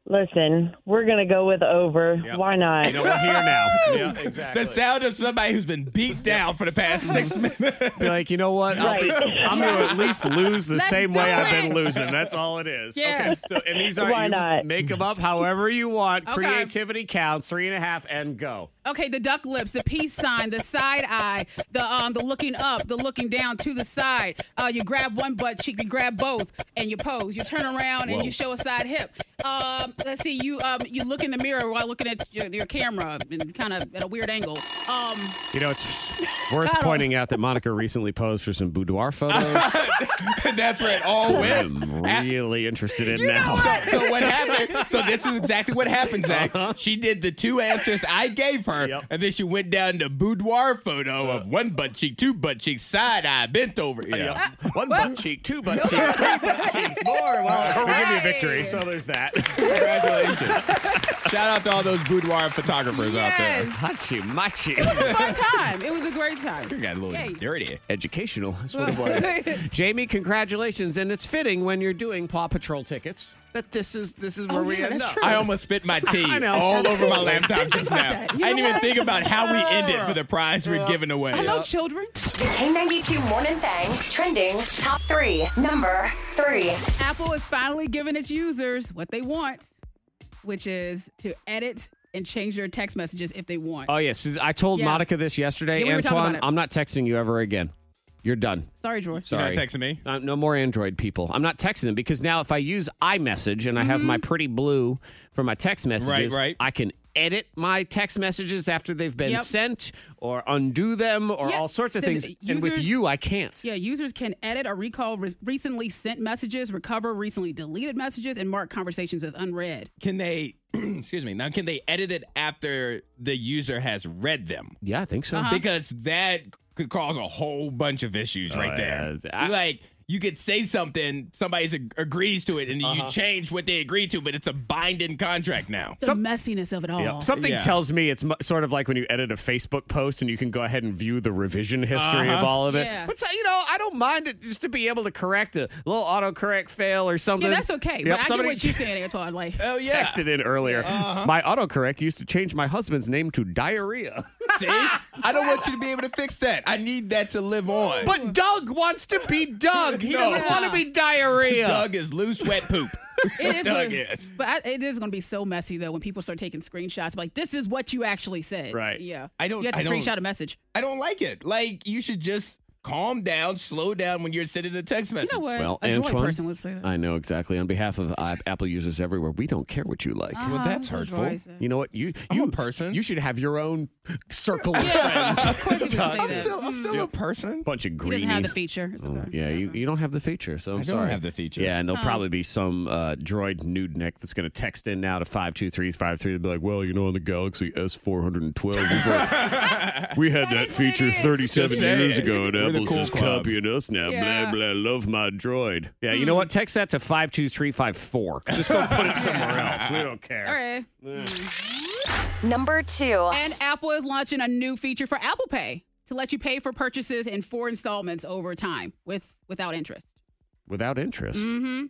Speaker 8: listen, we're gonna go with over. Why not?
Speaker 6: You know, we're here now. yeah, exactly.
Speaker 2: The sound of somebody who's been beat down for the past six minutes.
Speaker 6: Be like, you know what? I'll be- I'm going to at least lose the same way
Speaker 5: do
Speaker 6: I've been
Speaker 5: it.
Speaker 6: losing. That's all it is. Okay.
Speaker 5: Yes.
Speaker 6: So, and these are
Speaker 8: Why
Speaker 6: you
Speaker 8: not?
Speaker 6: Make them up however you want.
Speaker 5: Okay.
Speaker 6: Creativity counts. Three and a half, and go.
Speaker 5: okay. The duck lips, the peace sign, the side eye, the um, the looking up, the looking down to the side. Uh, you grab one butt cheek, you grab both, and you pose. You turn around and you show a side hip. Um, let's see. You um, you look in the mirror while looking at your, your camera and kind of at a weird angle. Um,
Speaker 6: You know, it's worth
Speaker 5: Oh.
Speaker 6: pointing out that Monica recently posed for some boudoir photos.
Speaker 2: That's where it all went.
Speaker 6: I'm
Speaker 5: uh,
Speaker 6: really interested in now.
Speaker 2: So what happened? So this is exactly what happened, Zach.
Speaker 5: Uh-huh.
Speaker 2: She did the two answers I gave her,
Speaker 6: Yep.
Speaker 2: and then she went down to boudoir photo of one butt cheek, two butt cheeks, side eye, bent over. Yeah.
Speaker 5: uh,
Speaker 6: Yep. One butt cheek, two butt cheeks, three butt cheeks, more. Well, we're gonna give you victory, so there's that.
Speaker 2: Congratulations. Shout out to all those boudoir photographers out
Speaker 5: yes.
Speaker 6: Hachi
Speaker 5: It was
Speaker 6: machi.
Speaker 5: a fun time. It was a great time.
Speaker 2: there. Got a little
Speaker 5: Yay.
Speaker 2: dirty.
Speaker 6: Educational, that's what it was. Jamie, congratulations, and it's fitting when you're doing Paw Patrol tickets that this is this is where we
Speaker 5: Oh, yeah,
Speaker 6: end
Speaker 5: that's
Speaker 6: up.
Speaker 5: true.
Speaker 2: I almost spit my tea
Speaker 6: I know.
Speaker 2: all over my laptop just
Speaker 5: about
Speaker 2: now.
Speaker 5: that. You
Speaker 2: I didn't
Speaker 5: know
Speaker 2: even
Speaker 5: what?
Speaker 2: think about how we ended for the prize we're giving away.
Speaker 5: Hello, children.
Speaker 7: The K92 Morning Thang trending top three. Number three.
Speaker 5: Apple is finally giving its users what they want, which is to edit and change their text messages if they want.
Speaker 6: Oh yes, I told
Speaker 5: Yeah.
Speaker 6: Monica this yesterday.
Speaker 5: Yeah, we were talking
Speaker 6: Antoine,
Speaker 5: about it.
Speaker 6: I'm not texting you ever again. You're done.
Speaker 5: Sorry, George.
Speaker 2: You're
Speaker 6: Sorry.
Speaker 2: not texting me?
Speaker 6: Uh, no more Android people. I'm not texting them because now if I use iMessage and I have
Speaker 5: Mm-hmm.
Speaker 6: my pretty blue for my text messages,
Speaker 2: right.
Speaker 6: I can edit my text messages after they've been
Speaker 5: Yep.
Speaker 6: sent or undo them or
Speaker 5: Yeah.
Speaker 6: all sorts of
Speaker 5: Says
Speaker 6: things. and with
Speaker 5: users-
Speaker 6: you, I can't.
Speaker 5: Yeah, users can edit or recall re- recently sent messages, recover recently deleted messages, and mark conversations as unread.
Speaker 2: Can they, excuse me, now can they edit it after the user has read them?
Speaker 6: Yeah, I think so.
Speaker 5: Uh-huh.
Speaker 2: because that could cause a whole bunch of issues right there.
Speaker 6: Oh, yeah. I-
Speaker 2: like you could say something, somebody ag- agrees to it, and
Speaker 5: Uh-huh.
Speaker 2: you change what they agreed to, but it's a binding contract now.
Speaker 5: The messiness of it all.
Speaker 6: Yep. Something
Speaker 2: Yeah.
Speaker 6: tells me it's mu- sort of like when you edit a Facebook post and you can go ahead and view the revision history of
Speaker 2: Uh-huh.
Speaker 6: all of it.
Speaker 5: Yeah.
Speaker 6: But so, you know, I don't mind it just to be able to correct a little autocorrect fail or something.
Speaker 5: yeah, that's okay.
Speaker 6: Yep,
Speaker 5: but I
Speaker 6: somebody-
Speaker 5: get what you're saying, Antoine. Like,
Speaker 2: Oh yeah,
Speaker 6: texted in earlier. My autocorrect used to change my husband's name to diarrhea.
Speaker 2: see, I don't want you to be able to fix that. I need that to live on.
Speaker 6: But Doug wants to be Doug. He
Speaker 2: No.
Speaker 6: doesn't want to be diarrhea.
Speaker 2: Doug is loose, wet poop.
Speaker 5: it is
Speaker 2: Doug
Speaker 5: gonna-
Speaker 2: is.
Speaker 5: But I, it is going to be so messy, though, when people start taking screenshots. Like, this is what you actually said.
Speaker 6: Right.
Speaker 5: Yeah.
Speaker 2: I don't-
Speaker 5: You have to
Speaker 2: I don't-
Speaker 5: screenshot a message.
Speaker 2: I don't like it. Like you should just calm down, slow down when you're sending a text
Speaker 5: You
Speaker 2: message.
Speaker 5: know what? a droid person would say that.
Speaker 6: I know exactly. On behalf of uh, Apple users everywhere, we don't care what you like.
Speaker 2: Well, that's
Speaker 5: Uh, that's
Speaker 2: hurtful.
Speaker 5: right.
Speaker 6: You know what? You
Speaker 2: I'm
Speaker 6: you
Speaker 2: a person.
Speaker 6: You should have your own circle of
Speaker 5: Yeah,
Speaker 6: friends.
Speaker 5: of course he would say
Speaker 2: I'm
Speaker 5: that.
Speaker 2: still, I'm still a person.
Speaker 6: Bunch of
Speaker 5: He
Speaker 6: greenies.
Speaker 5: doesn't have the feature. It's
Speaker 6: Oh,
Speaker 5: okay.
Speaker 6: yeah, you, you don't have the feature, so I'm
Speaker 2: I don't
Speaker 6: sorry.
Speaker 2: have the feature.
Speaker 6: Yeah, and there'll probably be some uh, droid nude neck that's going to text in now to 52353 to be like, well, you know, on the Galaxy S412, we, were- we had that feature
Speaker 5: is.
Speaker 6: 37
Speaker 2: Just saying.
Speaker 6: years ago, and
Speaker 2: We're
Speaker 6: Apple
Speaker 2: the the cool
Speaker 6: just
Speaker 2: club.
Speaker 6: copying us now.
Speaker 5: Yeah. Hmm.
Speaker 6: Blah blah. Love my droid. Yeah, you know what? Text that to five two three five four. Just go put it somewhere else. We don't care.
Speaker 5: All right.
Speaker 7: Number two.
Speaker 5: And Apple is launching a new feature for Apple Pay to let you pay for purchases in four installments over time with without interest.
Speaker 6: Without interest.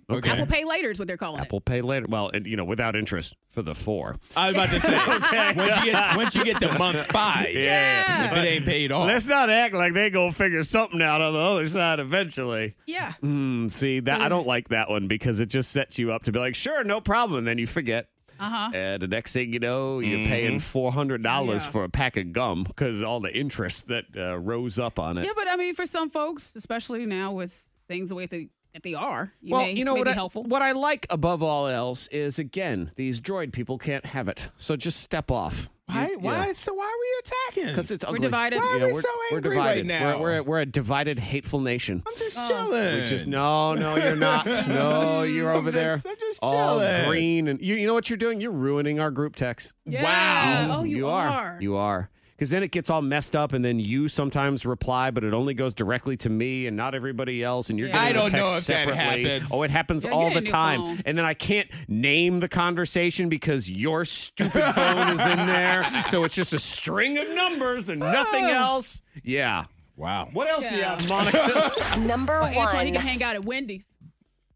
Speaker 6: Okay.
Speaker 5: Apple Pay later is what they're calling
Speaker 6: Apple Pay later. Well, and, you know, without interest for the four.
Speaker 2: I was about to say once you get once you get to month five,
Speaker 6: Yeah.
Speaker 2: if it ain't paid off,
Speaker 6: Let's not act like they gonna figure something out on the other side eventually.
Speaker 5: it. Yeah.
Speaker 6: Mm, see that I don't like that one because it just sets you up to be like, sure, no problem, and then you forget.
Speaker 5: Uh huh.
Speaker 6: And the next thing you know, you're
Speaker 2: Mm-hmm.
Speaker 6: paying four hundred dollars
Speaker 5: Yeah.
Speaker 6: for a pack of gum because all the interest that uh, rose up on it.
Speaker 5: Yeah, but I mean, for some folks, especially now with things the way they, that they are, you
Speaker 6: well,
Speaker 5: may,
Speaker 6: you know
Speaker 5: may
Speaker 6: what
Speaker 5: be
Speaker 6: I,
Speaker 5: helpful.
Speaker 6: what I like above all else is again these droid people can't have it, so just step off.
Speaker 2: why? Why? So why are we attacking?
Speaker 6: Because it's ugly.
Speaker 5: divided. Why
Speaker 2: are we so angry right
Speaker 6: divided.
Speaker 2: now?
Speaker 6: We're, we're, we're a divided, hateful nation.
Speaker 2: I'm just chilling.
Speaker 6: Which is no, no, you're not. No, you're over
Speaker 2: I'm
Speaker 6: there.
Speaker 2: just- I'm just
Speaker 6: all
Speaker 2: chilling.
Speaker 6: green, and you, you know what you're doing? You're ruining our group text.
Speaker 5: Yeah. Oh, you,
Speaker 6: are. You are. Because then it gets all messed up, and then you sometimes reply, but it only goes directly to me and not everybody else. And you're
Speaker 5: Yeah.
Speaker 6: getting
Speaker 5: I
Speaker 6: the
Speaker 2: don't know
Speaker 6: text
Speaker 2: if that
Speaker 6: separately.
Speaker 2: happens.
Speaker 6: Oh, it happens
Speaker 5: Yeah,
Speaker 6: all
Speaker 5: get
Speaker 6: the
Speaker 5: a new
Speaker 6: time.
Speaker 5: phone.
Speaker 6: And then I can't name the conversation because your stupid phone is in there. So it's just a string of numbers and nothing else. Yeah.
Speaker 2: wow.
Speaker 6: What else do you
Speaker 5: Yeah.
Speaker 6: have, Monica?
Speaker 7: Number
Speaker 5: Well, Oh, Antoine, you
Speaker 7: one.
Speaker 5: can hang out at Wendy's.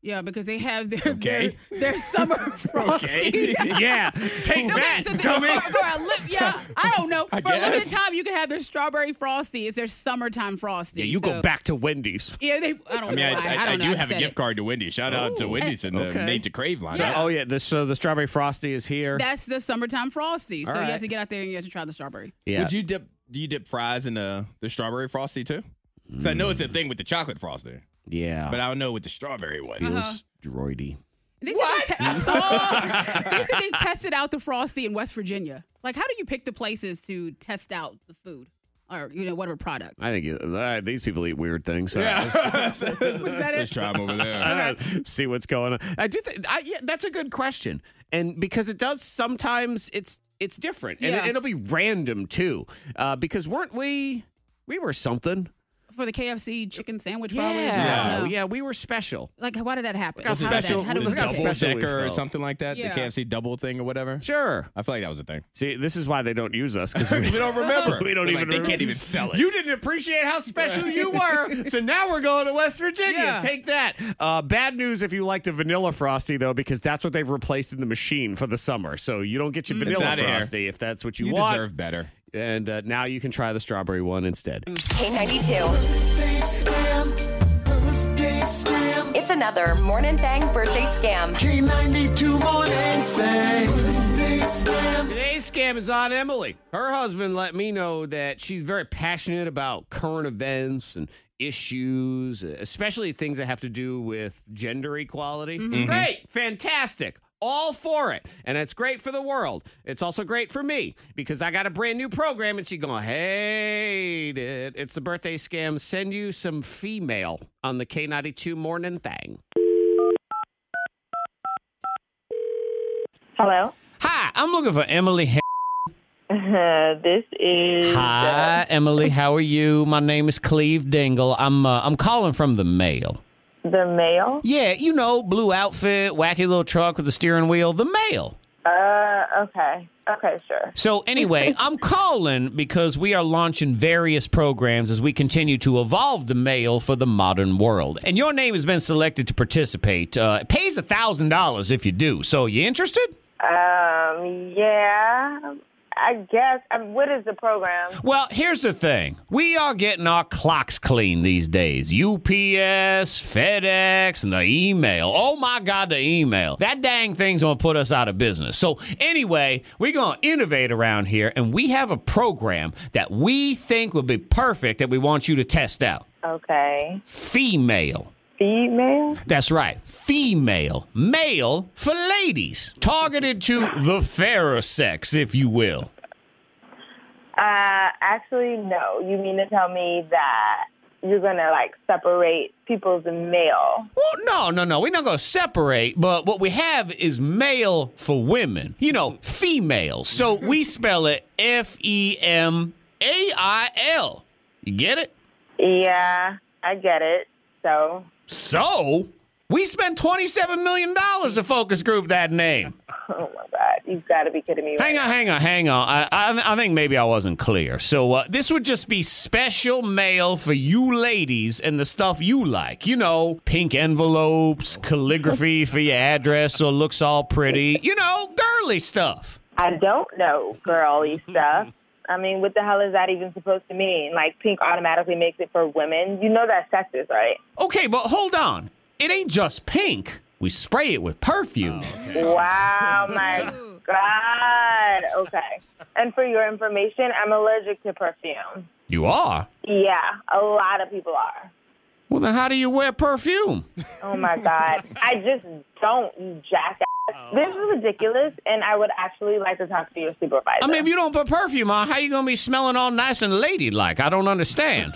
Speaker 5: Yeah, because they have their
Speaker 2: Okay.
Speaker 5: their, their summer frosty.
Speaker 6: yeah. Take
Speaker 5: Okay,
Speaker 6: that,
Speaker 5: so then
Speaker 6: dummy.
Speaker 5: for, for a li- yeah, I don't know.
Speaker 2: I
Speaker 5: for a limited
Speaker 2: guess.
Speaker 5: time, you can have their strawberry frosty. It's their summertime frosty.
Speaker 6: Yeah, you
Speaker 5: so-
Speaker 6: go back to Wendy's.
Speaker 5: Yeah, they. I don't
Speaker 2: I mean,
Speaker 5: know.
Speaker 2: I,
Speaker 5: why.
Speaker 2: I,
Speaker 5: I
Speaker 2: I
Speaker 5: don't know.
Speaker 2: do
Speaker 5: I
Speaker 2: have a
Speaker 5: said
Speaker 2: gift
Speaker 5: it.
Speaker 2: card to Wendy's. Shout out to Wendy's and
Speaker 6: okay.
Speaker 2: the made to crave line.
Speaker 5: Yeah.
Speaker 6: Oh yeah, this so the strawberry frosty is here.
Speaker 5: That's the summertime frosty. So
Speaker 6: All
Speaker 5: you
Speaker 6: right.
Speaker 5: have to get out there and you have to try the strawberry.
Speaker 6: yeah.
Speaker 2: Would you dip? Do you dip fries in the the strawberry frosty too? Because I know it's a thing with the chocolate frosty,
Speaker 6: yeah.
Speaker 2: but I don't know with the strawberry one.
Speaker 6: feels droidy.
Speaker 5: They said They, te- Oh, they said they tested out the frosty in West Virginia. Like, how do you pick the places to test out the food or you know whatever product?
Speaker 6: I think it- all right, these people eat weird things. All right,
Speaker 2: Yeah.
Speaker 5: Was that it?
Speaker 2: Let's try them over
Speaker 6: all
Speaker 2: there.
Speaker 6: right, see what's going on. I do think I, yeah, that's a good question, and because it does sometimes it's it's different, and
Speaker 5: Yeah.
Speaker 6: it, will be random too. Uh, because weren't we we were something?
Speaker 5: For the KFC chicken sandwich,
Speaker 6: Yeah,
Speaker 5: probably. I
Speaker 6: yeah,
Speaker 5: don't know.
Speaker 6: we were special.
Speaker 5: Like, why did that happen?
Speaker 6: how
Speaker 5: How did that-
Speaker 6: special-
Speaker 5: how did
Speaker 6: look
Speaker 5: we
Speaker 6: how
Speaker 5: get there?
Speaker 6: special
Speaker 2: Double
Speaker 6: Especially
Speaker 2: decker or
Speaker 6: felt.
Speaker 2: something like that.
Speaker 5: Yeah.
Speaker 2: The KFC double thing or whatever.
Speaker 6: Sure.
Speaker 2: I feel like that was a thing.
Speaker 6: See, this is why they don't use us because
Speaker 2: we don't remember.
Speaker 6: We don't
Speaker 2: Like,
Speaker 6: even.
Speaker 2: They
Speaker 6: remember.
Speaker 2: can't even sell it.
Speaker 6: You didn't appreciate how special you were, so now we're going to West Virginia.
Speaker 5: Yeah.
Speaker 6: Take that. Uh, bad news if you like the vanilla frosty though, because that's what they've replaced in the machine for the summer. So you don't get your vanilla
Speaker 2: Mm, outta here.
Speaker 6: frosty if that's what you,
Speaker 2: you
Speaker 6: want.
Speaker 2: deserve better.
Speaker 6: And uh, now you can try the strawberry one instead.
Speaker 7: K92. It's another Morning Thang birthday scam.
Speaker 6: Today's scam is on Emily. Her husband let me know that she's very passionate about current events and issues, especially things that have to do with gender equality. Great, fantastic. All for it. And it's great for the world. It's also great for me because I got a brand new program and she's going, hate it. It's the birthday scam. Send you some female on the K92 morning thing.
Speaker 8: Hello.
Speaker 6: Hi, I'm looking for Emily. Hen-
Speaker 8: Uh, this is.
Speaker 6: Hi, Emily. How are you? My name is Cleve Dingle. I'm uh, I'm calling from the mail.
Speaker 8: The mail?
Speaker 6: Yeah, you know, blue outfit, wacky little truck with the steering wheel, the mail.
Speaker 8: Uh, okay. Okay, sure.
Speaker 6: So anyway, I'm calling because we are launching various programs as we continue to evolve the mail for the modern world. And your name has been selected to participate. Uh, it pays a thousand dollars if you do. So you interested?
Speaker 8: Um, yeah. I guess. Um, what is the program?
Speaker 6: Well, here's the thing. We are getting our clocks clean these days. UPS, FedEx, and the email. Oh my God, the email. That dang thing's going to put us out of business. So, anyway, we're going to innovate around here, and we have a program that we think would be perfect that we want you to test out.
Speaker 8: Okay.
Speaker 6: Female.
Speaker 8: Female?
Speaker 6: That's right. Female. Male for ladies. Targeted to the fairer sex, if you will.
Speaker 8: Uh, actually, no. You mean to tell me that you're gonna like separate people's mail?
Speaker 6: Well, no, no, no. We're not going to separate, but what we have is male for women. You know, female. So we spell it F E M A I L. You get it?
Speaker 8: Yeah, I get it. So
Speaker 6: So we spent $27 million to focus group that name.
Speaker 8: Oh my God, you've got to be kidding me!
Speaker 6: Hang on, hang on, hang on. I, I, I think maybe I wasn't clear. So uh, this would just be special mail for you ladies and the stuff you like. You know, pink envelopes, calligraphy for your address so it looks all pretty. You know, girly stuff.
Speaker 8: I don't know girly stuff. I mean, what the hell is that even supposed to mean? Like, pink automatically makes it for women. You know that's sexist, right?
Speaker 6: Okay, but hold on. It ain't just pink. We spray it with perfume.
Speaker 8: Wow, my God. Okay. And for your information, I'm allergic to perfume.
Speaker 6: You are?
Speaker 8: Yeah, a lot of people are.
Speaker 6: Well, then how do you wear perfume?
Speaker 8: Oh my God. I just don't, you jackass.
Speaker 6: Oh.
Speaker 8: This is ridiculous, and I would actually like to talk to your supervisor.
Speaker 6: I mean, if you don't put perfume on, how you gonna be smelling all nice and ladylike? I don't understand.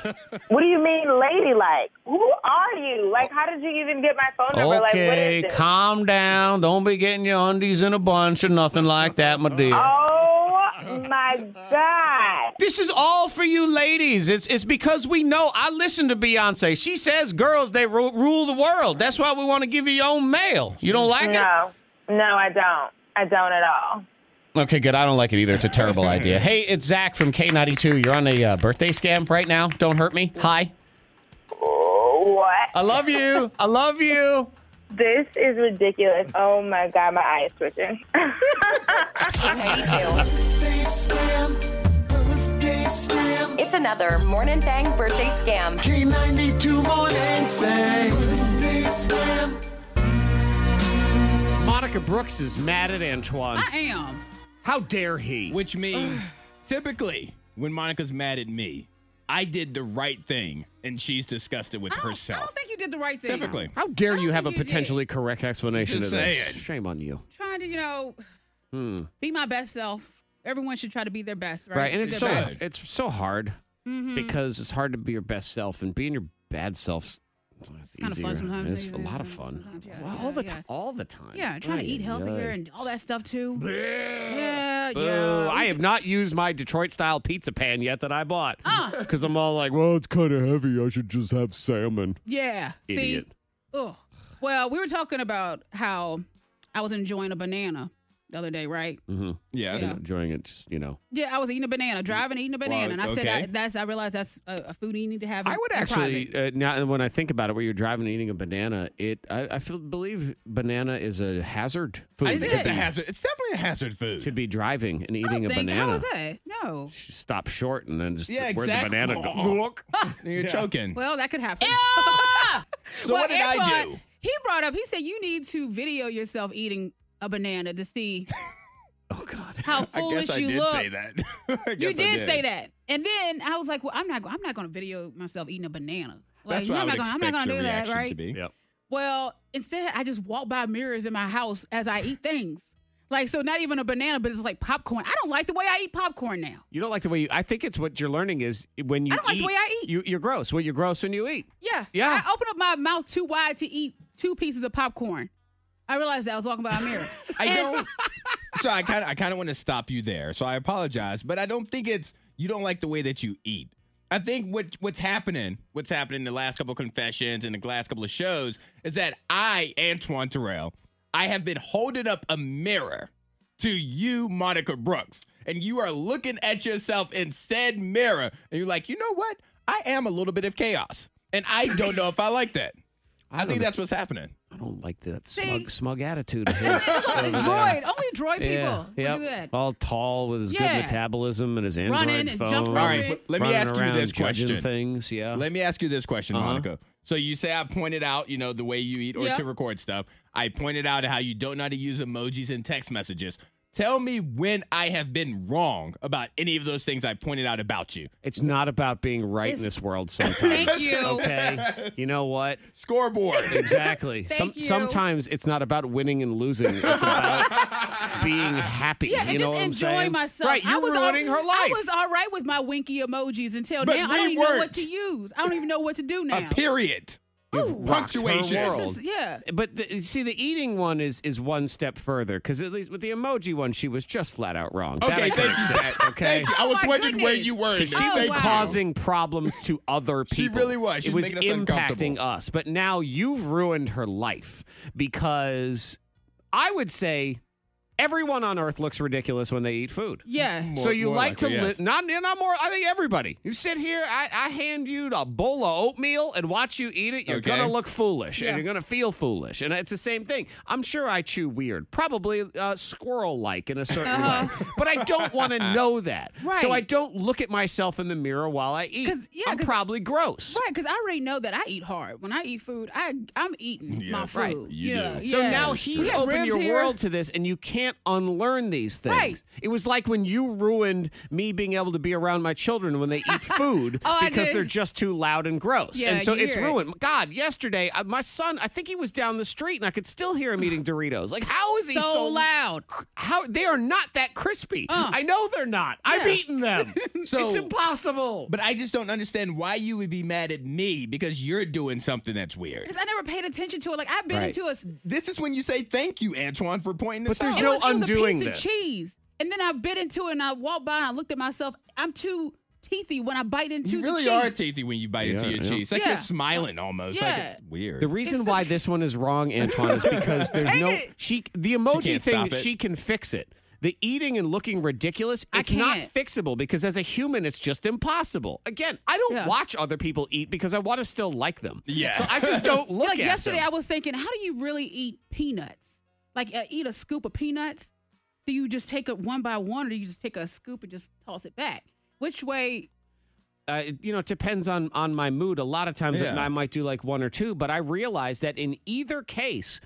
Speaker 8: what do you mean, ladylike? Who are you? Like, how did you even get my phone number? Like, what
Speaker 6: okay,
Speaker 8: is this?
Speaker 6: calm down. Don't be getting your undies in a bunch or nothing like that, my dear.
Speaker 8: Oh my God.
Speaker 6: This is all for you ladies. It's it's because we know. I listen to Beyonce. She says girls they ru- rule the world. That's why we want to give you your own mail. You don't like
Speaker 8: No, no, I don't. I don't at all.
Speaker 6: it? Okay, good. I don't like it either. It's a terrible idea. Hey, it's Zach from K92. You're on a uh, birthday scam right now. Don't hurt me. Hi.
Speaker 8: Oh, what?
Speaker 6: I love you. I love you.
Speaker 8: This is ridiculous. Oh my God, my eye is twitching.
Speaker 7: K92. It's another Morning Thang birthday scam.
Speaker 6: Monica Brooks is mad at Antoine.
Speaker 5: I am.
Speaker 6: How dare he?
Speaker 2: Which means typically when Monica's mad at me, I did the right thing and she's disgusted with
Speaker 5: I don't, I
Speaker 2: herself.
Speaker 5: don't think you did the right thing.
Speaker 2: typically.
Speaker 6: How dare
Speaker 5: I
Speaker 6: you
Speaker 5: don't
Speaker 6: have a
Speaker 5: think you did.
Speaker 6: potentially correct explanation
Speaker 2: Just
Speaker 6: of this?
Speaker 2: saying.
Speaker 6: Shame on you.
Speaker 5: trying to, you know, be my best self. Everyone should try to be their best, right?
Speaker 6: Right, and it's so
Speaker 5: Their
Speaker 2: bad.
Speaker 5: best.
Speaker 6: it's so hard
Speaker 5: Mm-hmm.
Speaker 6: because it's hard to be your best self and being your bad self. It's
Speaker 5: kinda fun sometimes,
Speaker 6: It's
Speaker 5: yeah,
Speaker 6: a lot of
Speaker 5: yeah,
Speaker 6: fun.
Speaker 5: sometimes, yeah,
Speaker 6: Well,
Speaker 5: yeah,
Speaker 6: all the
Speaker 5: yeah.
Speaker 6: ti- all the time.
Speaker 5: Yeah, trying to eat
Speaker 6: Ay,
Speaker 5: healthier
Speaker 6: ay.
Speaker 5: and all that stuff too. Yeah,
Speaker 6: Boo.
Speaker 5: yeah.
Speaker 6: I have not used my Detroit style pizza pan yet that I bought
Speaker 5: Ah!
Speaker 6: because I'm all like, well, it's kind of heavy. I should just have salmon.
Speaker 5: Yeah.
Speaker 6: Idiot.
Speaker 5: See? Ugh. Well, we were talking about how I was enjoying a banana the other day, right?
Speaker 2: Mm. Yeah.
Speaker 5: Yeah.
Speaker 6: Enjoying it, just you know.
Speaker 5: Yeah, I was eating a banana, driving, eating a banana, and I said,
Speaker 2: okay.
Speaker 5: I, "That's." I realized that's a, a food you need to have. in-
Speaker 6: I would
Speaker 5: in
Speaker 6: actually
Speaker 5: private.
Speaker 6: uh, now when I think about it, where you're driving and eating a banana, it I, I feel believe banana is a hazard food.
Speaker 2: I think
Speaker 6: to
Speaker 2: it's a
Speaker 6: be-
Speaker 2: hazard. It's definitely a hazard food.
Speaker 6: Should be driving and
Speaker 5: I
Speaker 6: eating a
Speaker 5: don't think
Speaker 6: banana.
Speaker 5: How was that? No.
Speaker 6: Sh- Stop short and then just
Speaker 2: Yeah,
Speaker 6: where the
Speaker 2: exactly.
Speaker 6: banana go? Look.
Speaker 2: You're choking.
Speaker 5: Well, that could happen.
Speaker 2: so
Speaker 5: Well,
Speaker 2: what did I
Speaker 5: Antoine,
Speaker 2: do?
Speaker 5: He brought up. He said you need to video yourself eating a banana to see
Speaker 6: Oh God.
Speaker 5: how
Speaker 2: I
Speaker 5: foolish
Speaker 2: guess I
Speaker 5: you
Speaker 2: did
Speaker 5: look.
Speaker 2: say that. I guess I
Speaker 5: You did, say that. And then I was like, well, I'm not. I'm not going to video myself eating a banana. Like,
Speaker 2: That's
Speaker 5: you know,
Speaker 2: what I
Speaker 5: I'm not
Speaker 2: would
Speaker 5: gonna- I'm not
Speaker 2: expect
Speaker 5: going to
Speaker 2: your
Speaker 5: do that,
Speaker 2: reaction
Speaker 5: right?
Speaker 2: to be.
Speaker 6: Yep.
Speaker 5: Well, instead, I just walk by mirrors in my house as I eat things. Like, so not even a banana, but it's like popcorn. I don't like the way I eat popcorn now.
Speaker 6: You don't like the way you. I think it's what you're learning is when you.
Speaker 5: I don't like the way I eat.
Speaker 6: You, you're gross. Well, you're gross when you eat.
Speaker 5: Yeah.
Speaker 6: Yeah.
Speaker 5: I opened up my mouth too wide to eat two pieces of popcorn. I realized that I was walking by a mirror.
Speaker 2: I
Speaker 5: And-
Speaker 2: don't. so I kind of I kind of want to stop you there. So I apologize, but I don't think it's you don't like the way that you eat. I think what what's happening, what's happening in the last couple of confessions and the last couple of shows is that I, Antoine Terrell, I have been holding up a mirror to you, Monica Brooks, and you are looking at yourself in said mirror, and you're like, you know what? I am a little bit of chaos, and I don't know if I like that. I think
Speaker 6: don't-
Speaker 2: that's what's happening.
Speaker 6: I don't like that
Speaker 5: See?
Speaker 6: smug, smug attitude of his. over there.
Speaker 5: droid. Only droid people.
Speaker 6: Yeah,
Speaker 5: would do
Speaker 6: yep.
Speaker 5: that.
Speaker 6: All tall with his
Speaker 5: Yeah.
Speaker 6: good metabolism and his Android
Speaker 5: Running and
Speaker 6: phone.
Speaker 5: jumping All right, over it.
Speaker 2: let me
Speaker 6: running
Speaker 2: ask you
Speaker 6: around
Speaker 2: this
Speaker 6: judging
Speaker 2: question.
Speaker 6: Things, yeah.
Speaker 2: Let me ask you this question,
Speaker 6: Uh-huh.
Speaker 2: Monica. So you say I pointed out, you know, the way you eat or
Speaker 5: Yeah.
Speaker 2: to record stuff. I pointed out how you don't know how to use emojis and text messages. Tell me when I have been wrong about any of those things I pointed out about you.
Speaker 6: it's not about being right in
Speaker 5: It's-
Speaker 6: this world sometimes.
Speaker 5: Thank you.
Speaker 6: okay. You know what?
Speaker 2: Scoreboard.
Speaker 6: Exactly. Some,
Speaker 5: you.
Speaker 6: Sometimes it's not about winning and losing. It's about being happy.
Speaker 5: Yeah,
Speaker 6: you
Speaker 5: and
Speaker 6: know
Speaker 5: just
Speaker 6: what I'm
Speaker 5: enjoying
Speaker 6: saying?
Speaker 5: myself.
Speaker 6: Right, you're
Speaker 5: I was all-
Speaker 6: ruining her life.
Speaker 5: I was all right with my winky emojis until
Speaker 2: But
Speaker 5: now. I don't
Speaker 2: we
Speaker 5: even know
Speaker 2: weren't.
Speaker 5: what to use. I don't even know what to do now.
Speaker 2: a Uh, period.
Speaker 6: You've rocked her
Speaker 2: Punctuation. This
Speaker 6: world.
Speaker 5: This is- yeah.
Speaker 6: But the, you see, the eating one is is one step further because at least with the emoji one, she was just flat out wrong. That I
Speaker 2: Okay,
Speaker 6: can
Speaker 2: thank you,
Speaker 6: accept,
Speaker 2: Zach.
Speaker 6: Okay,
Speaker 2: Thank you. I
Speaker 5: Oh
Speaker 2: was
Speaker 5: my
Speaker 2: wondering where
Speaker 5: goodness.
Speaker 2: you were.
Speaker 6: 'Cause
Speaker 2: Nick.
Speaker 6: she
Speaker 5: Oh,
Speaker 6: was
Speaker 2: Thank
Speaker 5: wow.
Speaker 2: you.
Speaker 6: causing problems to other people.
Speaker 2: really was. She
Speaker 6: it
Speaker 2: was
Speaker 6: was
Speaker 2: making us
Speaker 6: impacting
Speaker 2: uncomfortable.
Speaker 6: us. But now you've ruined her life because I would say everyone on Earth looks ridiculous when they eat food.
Speaker 5: Yeah.
Speaker 6: so
Speaker 2: More-
Speaker 6: you
Speaker 2: more
Speaker 6: like
Speaker 2: likely,
Speaker 6: to li-
Speaker 2: yes.
Speaker 6: not not more. I think everybody. You sit here. I, I hand you a bowl of oatmeal and watch you eat it. You're
Speaker 2: Okay.
Speaker 6: gonna look foolish
Speaker 5: Yeah.
Speaker 6: and you're gonna feel foolish. And it's the same thing. I'm sure I chew weird, probably uh, squirrel like in a certain way. But I don't want to know that. So I
Speaker 5: Uh-huh. Right.
Speaker 6: don't look at myself in the mirror while I eat.
Speaker 5: 'Cause- yeah,
Speaker 6: I'm
Speaker 5: 'cause-
Speaker 6: probably gross.
Speaker 5: Right, because I already know that I eat hard. When I eat food, I I'm eating my food.
Speaker 6: right.
Speaker 2: You
Speaker 5: yeah,
Speaker 2: do.
Speaker 6: So
Speaker 5: yeah.
Speaker 6: now
Speaker 5: We
Speaker 6: he's
Speaker 5: got
Speaker 6: opened
Speaker 5: ribs
Speaker 6: your
Speaker 5: here.
Speaker 6: world to this, and you can't unlearn these things.
Speaker 5: Right.
Speaker 6: It was like when you ruined me being able to be around my children when they eat food
Speaker 5: Oh, I
Speaker 6: because
Speaker 5: did.
Speaker 6: they're just too loud and gross.
Speaker 5: Yeah,
Speaker 6: and so
Speaker 5: you
Speaker 6: it's
Speaker 5: hear it.
Speaker 6: ruined. God, yesterday, uh, my son, I think he was down the street, and I could still hear him eating Doritos. Like, how is he
Speaker 5: so,
Speaker 6: so
Speaker 5: loud.
Speaker 6: How they are not that crispy.
Speaker 5: Uh.
Speaker 6: I know they're not. I've eaten them. it's impossible.
Speaker 2: But I just don't understand why you would be mad at me because you're doing something that's weird.
Speaker 5: Because I never paid attention to it. Like I've been
Speaker 6: Right.
Speaker 5: into a s-
Speaker 2: This is when you say thank you, Antoine, for pointing this
Speaker 6: But there's
Speaker 2: out.
Speaker 5: it
Speaker 6: no
Speaker 5: was, it was
Speaker 6: undoing
Speaker 5: a piece
Speaker 6: this.
Speaker 5: of cheese, and then I bit into it, and I walked by, and I looked at myself. I'm too teethy when I bite into
Speaker 2: you
Speaker 5: the
Speaker 2: really
Speaker 5: cheese.
Speaker 2: are teethy when you bite into
Speaker 6: Yeah,
Speaker 2: your
Speaker 6: yeah.
Speaker 2: cheese. Like
Speaker 5: Yeah.
Speaker 2: you're smiling almost.
Speaker 5: Yeah.
Speaker 2: Like it's weird.
Speaker 6: The reason
Speaker 5: It's
Speaker 6: why
Speaker 5: such-
Speaker 6: this one is wrong, Antoine, is because there's no she. The emoji
Speaker 2: She can't
Speaker 6: thing,
Speaker 2: stop it.
Speaker 6: she can fix it. The eating and looking ridiculous,
Speaker 5: I
Speaker 6: it's not
Speaker 5: can't.
Speaker 6: fixable because as a human, it's just impossible. Again, I don't
Speaker 5: Yeah.
Speaker 6: watch other people eat because I want to still like them.
Speaker 2: Yeah.
Speaker 6: So I just don't look
Speaker 5: like
Speaker 6: at
Speaker 5: yesterday,
Speaker 6: them.
Speaker 5: I was thinking, how do you really eat peanuts? Like uh, eat a scoop of peanuts? Do you just take it one by one, or do you just take a scoop and just toss it back? Which way?
Speaker 6: uh, it, you know, it depends on on my mood. A lot of times
Speaker 2: Yeah.
Speaker 6: I might do like one or two, but I realize that in either case,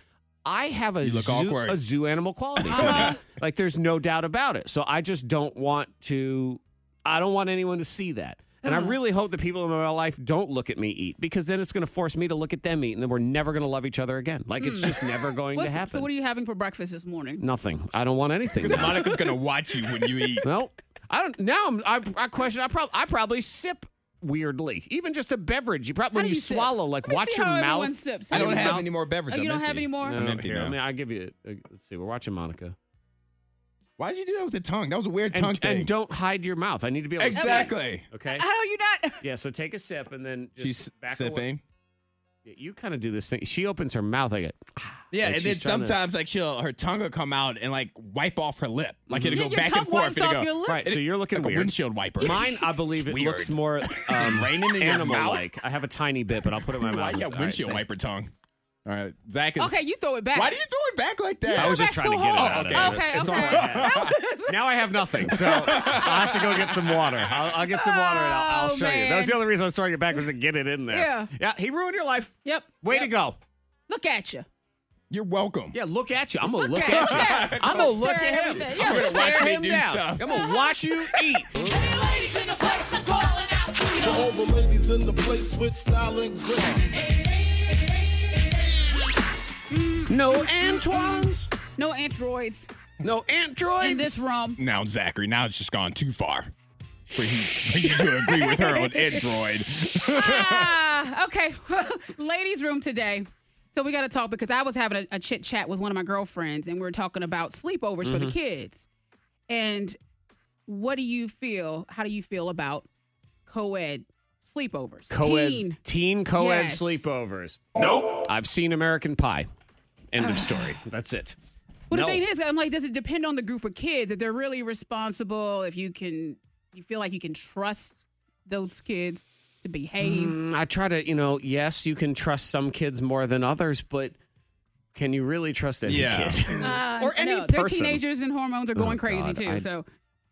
Speaker 6: I have a
Speaker 2: You look
Speaker 6: zoo,
Speaker 2: awkward.
Speaker 6: a zoo animal quality. to me.
Speaker 5: Uh-huh.
Speaker 6: Like there's no doubt about it. So I just don't want to. I don't want anyone to see that. And I really hope the people in my life don't look at me eat because then it's going to force me to look at them eat, and then we're never going to love each other again. Like it's just never going to
Speaker 5: Hmm. What's-
Speaker 6: happen.
Speaker 5: so what are you having for breakfast this morning?
Speaker 6: Nothing. I don't want anything. now.
Speaker 2: Monica's gonna watch you when you eat.
Speaker 6: Well, I don't. Now I'm, I, I question. I probably I probably sip weirdly, even just a beverage. You probably
Speaker 5: How
Speaker 6: when
Speaker 5: do
Speaker 6: you,
Speaker 5: you sip?
Speaker 6: swallow, like
Speaker 5: Let me
Speaker 6: watch
Speaker 5: see
Speaker 6: your
Speaker 5: how everyone
Speaker 6: mouth.
Speaker 5: sips.
Speaker 2: I
Speaker 5: How
Speaker 2: don't
Speaker 5: do you
Speaker 2: have
Speaker 5: sip?
Speaker 2: any more beverage.
Speaker 5: Oh,
Speaker 2: I'm
Speaker 5: you don't have
Speaker 2: empty.
Speaker 5: any more?
Speaker 6: No,
Speaker 2: I'm empty
Speaker 6: here, I
Speaker 2: now.
Speaker 6: mean, I give you. uh, Let's see. We're watching Monica.
Speaker 2: Why did you do that with the tongue? That was a weird
Speaker 6: And,
Speaker 2: tongue thing.
Speaker 6: and don't hide your mouth. I need to be able
Speaker 2: exactly.
Speaker 6: to. Okay.
Speaker 5: How are you not?
Speaker 6: Yeah. So take a sip and then just
Speaker 2: She's
Speaker 6: back
Speaker 2: sipping.
Speaker 6: away. Yeah, You kind of do this thing. She opens her mouth like it.
Speaker 2: Yeah,
Speaker 6: Like
Speaker 2: and then
Speaker 6: she's trying to-
Speaker 2: sometimes like she'll her tongue will come out and like wipe off her lip. Like it'll
Speaker 5: Yeah,
Speaker 2: go
Speaker 5: Mm-hmm. your
Speaker 2: back
Speaker 5: tongue
Speaker 2: and forth.
Speaker 5: wipes
Speaker 2: It'll
Speaker 5: off
Speaker 2: go
Speaker 5: your lip.
Speaker 6: Right. So you're looking
Speaker 2: like a
Speaker 6: weird.
Speaker 2: windshield wiper.
Speaker 6: Mine, I believe it
Speaker 2: Weird.
Speaker 6: looks more um,
Speaker 2: raining in your mouth?
Speaker 6: animal-like. I have a tiny bit, but I'll put it in my
Speaker 2: Why
Speaker 6: mouth.
Speaker 2: you
Speaker 6: All
Speaker 2: got
Speaker 6: right,
Speaker 2: windshield
Speaker 6: thank-
Speaker 2: wiper tongue? All right, Zach is.
Speaker 5: Okay, you throw it back.
Speaker 2: Why do you throw it back like that?
Speaker 6: I was
Speaker 5: Go
Speaker 6: just
Speaker 5: back
Speaker 6: trying to
Speaker 5: so
Speaker 6: get
Speaker 5: hard.
Speaker 6: it out. of
Speaker 5: Okay,
Speaker 6: it. It's all
Speaker 5: okay.
Speaker 6: I had. now I have nothing, so I'll have to go get some water. I'll, I'll get some water and I'll, I'll
Speaker 5: Oh,
Speaker 6: show you. That was the
Speaker 5: man.
Speaker 6: only reason I was throwing it back was to get it in there.
Speaker 5: Yeah.
Speaker 6: yeah. He ruined your life.
Speaker 5: Yep.
Speaker 6: Way
Speaker 5: yep.
Speaker 6: to go.
Speaker 5: Look at you.
Speaker 2: You're welcome.
Speaker 6: Yeah, look at you. I'm gonna
Speaker 5: Look at you.
Speaker 6: I'm gonna
Speaker 5: Stare
Speaker 6: look
Speaker 5: at
Speaker 6: at him.
Speaker 5: everything.
Speaker 2: You're
Speaker 6: I'm gonna
Speaker 2: gonna watch
Speaker 6: stare
Speaker 2: me
Speaker 6: him
Speaker 2: do
Speaker 6: down.
Speaker 2: stuff.
Speaker 6: I'm
Speaker 5: Uh-huh.
Speaker 6: gonna watch you eat.
Speaker 9: Jehovah ladies in the place with style and grace.
Speaker 6: no Antoines.
Speaker 5: No androids
Speaker 6: No androids.
Speaker 5: in this room.
Speaker 2: Now Zachary, now it's just gone too far. For you, for you to agree with her on Android.
Speaker 5: ah, okay. Ladies' room today. So we got to talk because I was having a, a chit chat with one of my girlfriends and we were talking about sleepovers
Speaker 6: Mm-hmm.
Speaker 5: for the kids. And what do you feel? How do you feel about co ed sleepovers?
Speaker 6: co-ed,
Speaker 5: Teen.
Speaker 6: teen co-ed
Speaker 5: Yes.
Speaker 6: sleepovers. Nope. I've seen American Pie. End of story. That's it.
Speaker 5: Well,
Speaker 6: No.
Speaker 5: the thing is, I'm like, does it depend on the group of kids that they're really responsible? If you can, you feel like you can trust those kids to behave.
Speaker 6: Mm, I try to, you know, yes, you can trust some kids more than others, but can you really trust any
Speaker 2: Yeah.
Speaker 6: kid?
Speaker 5: Uh,
Speaker 6: Or any
Speaker 5: no, they're
Speaker 6: person.
Speaker 5: teenagers and hormones are going
Speaker 6: Oh,
Speaker 5: crazy
Speaker 6: God,
Speaker 5: too.
Speaker 6: I-
Speaker 5: so,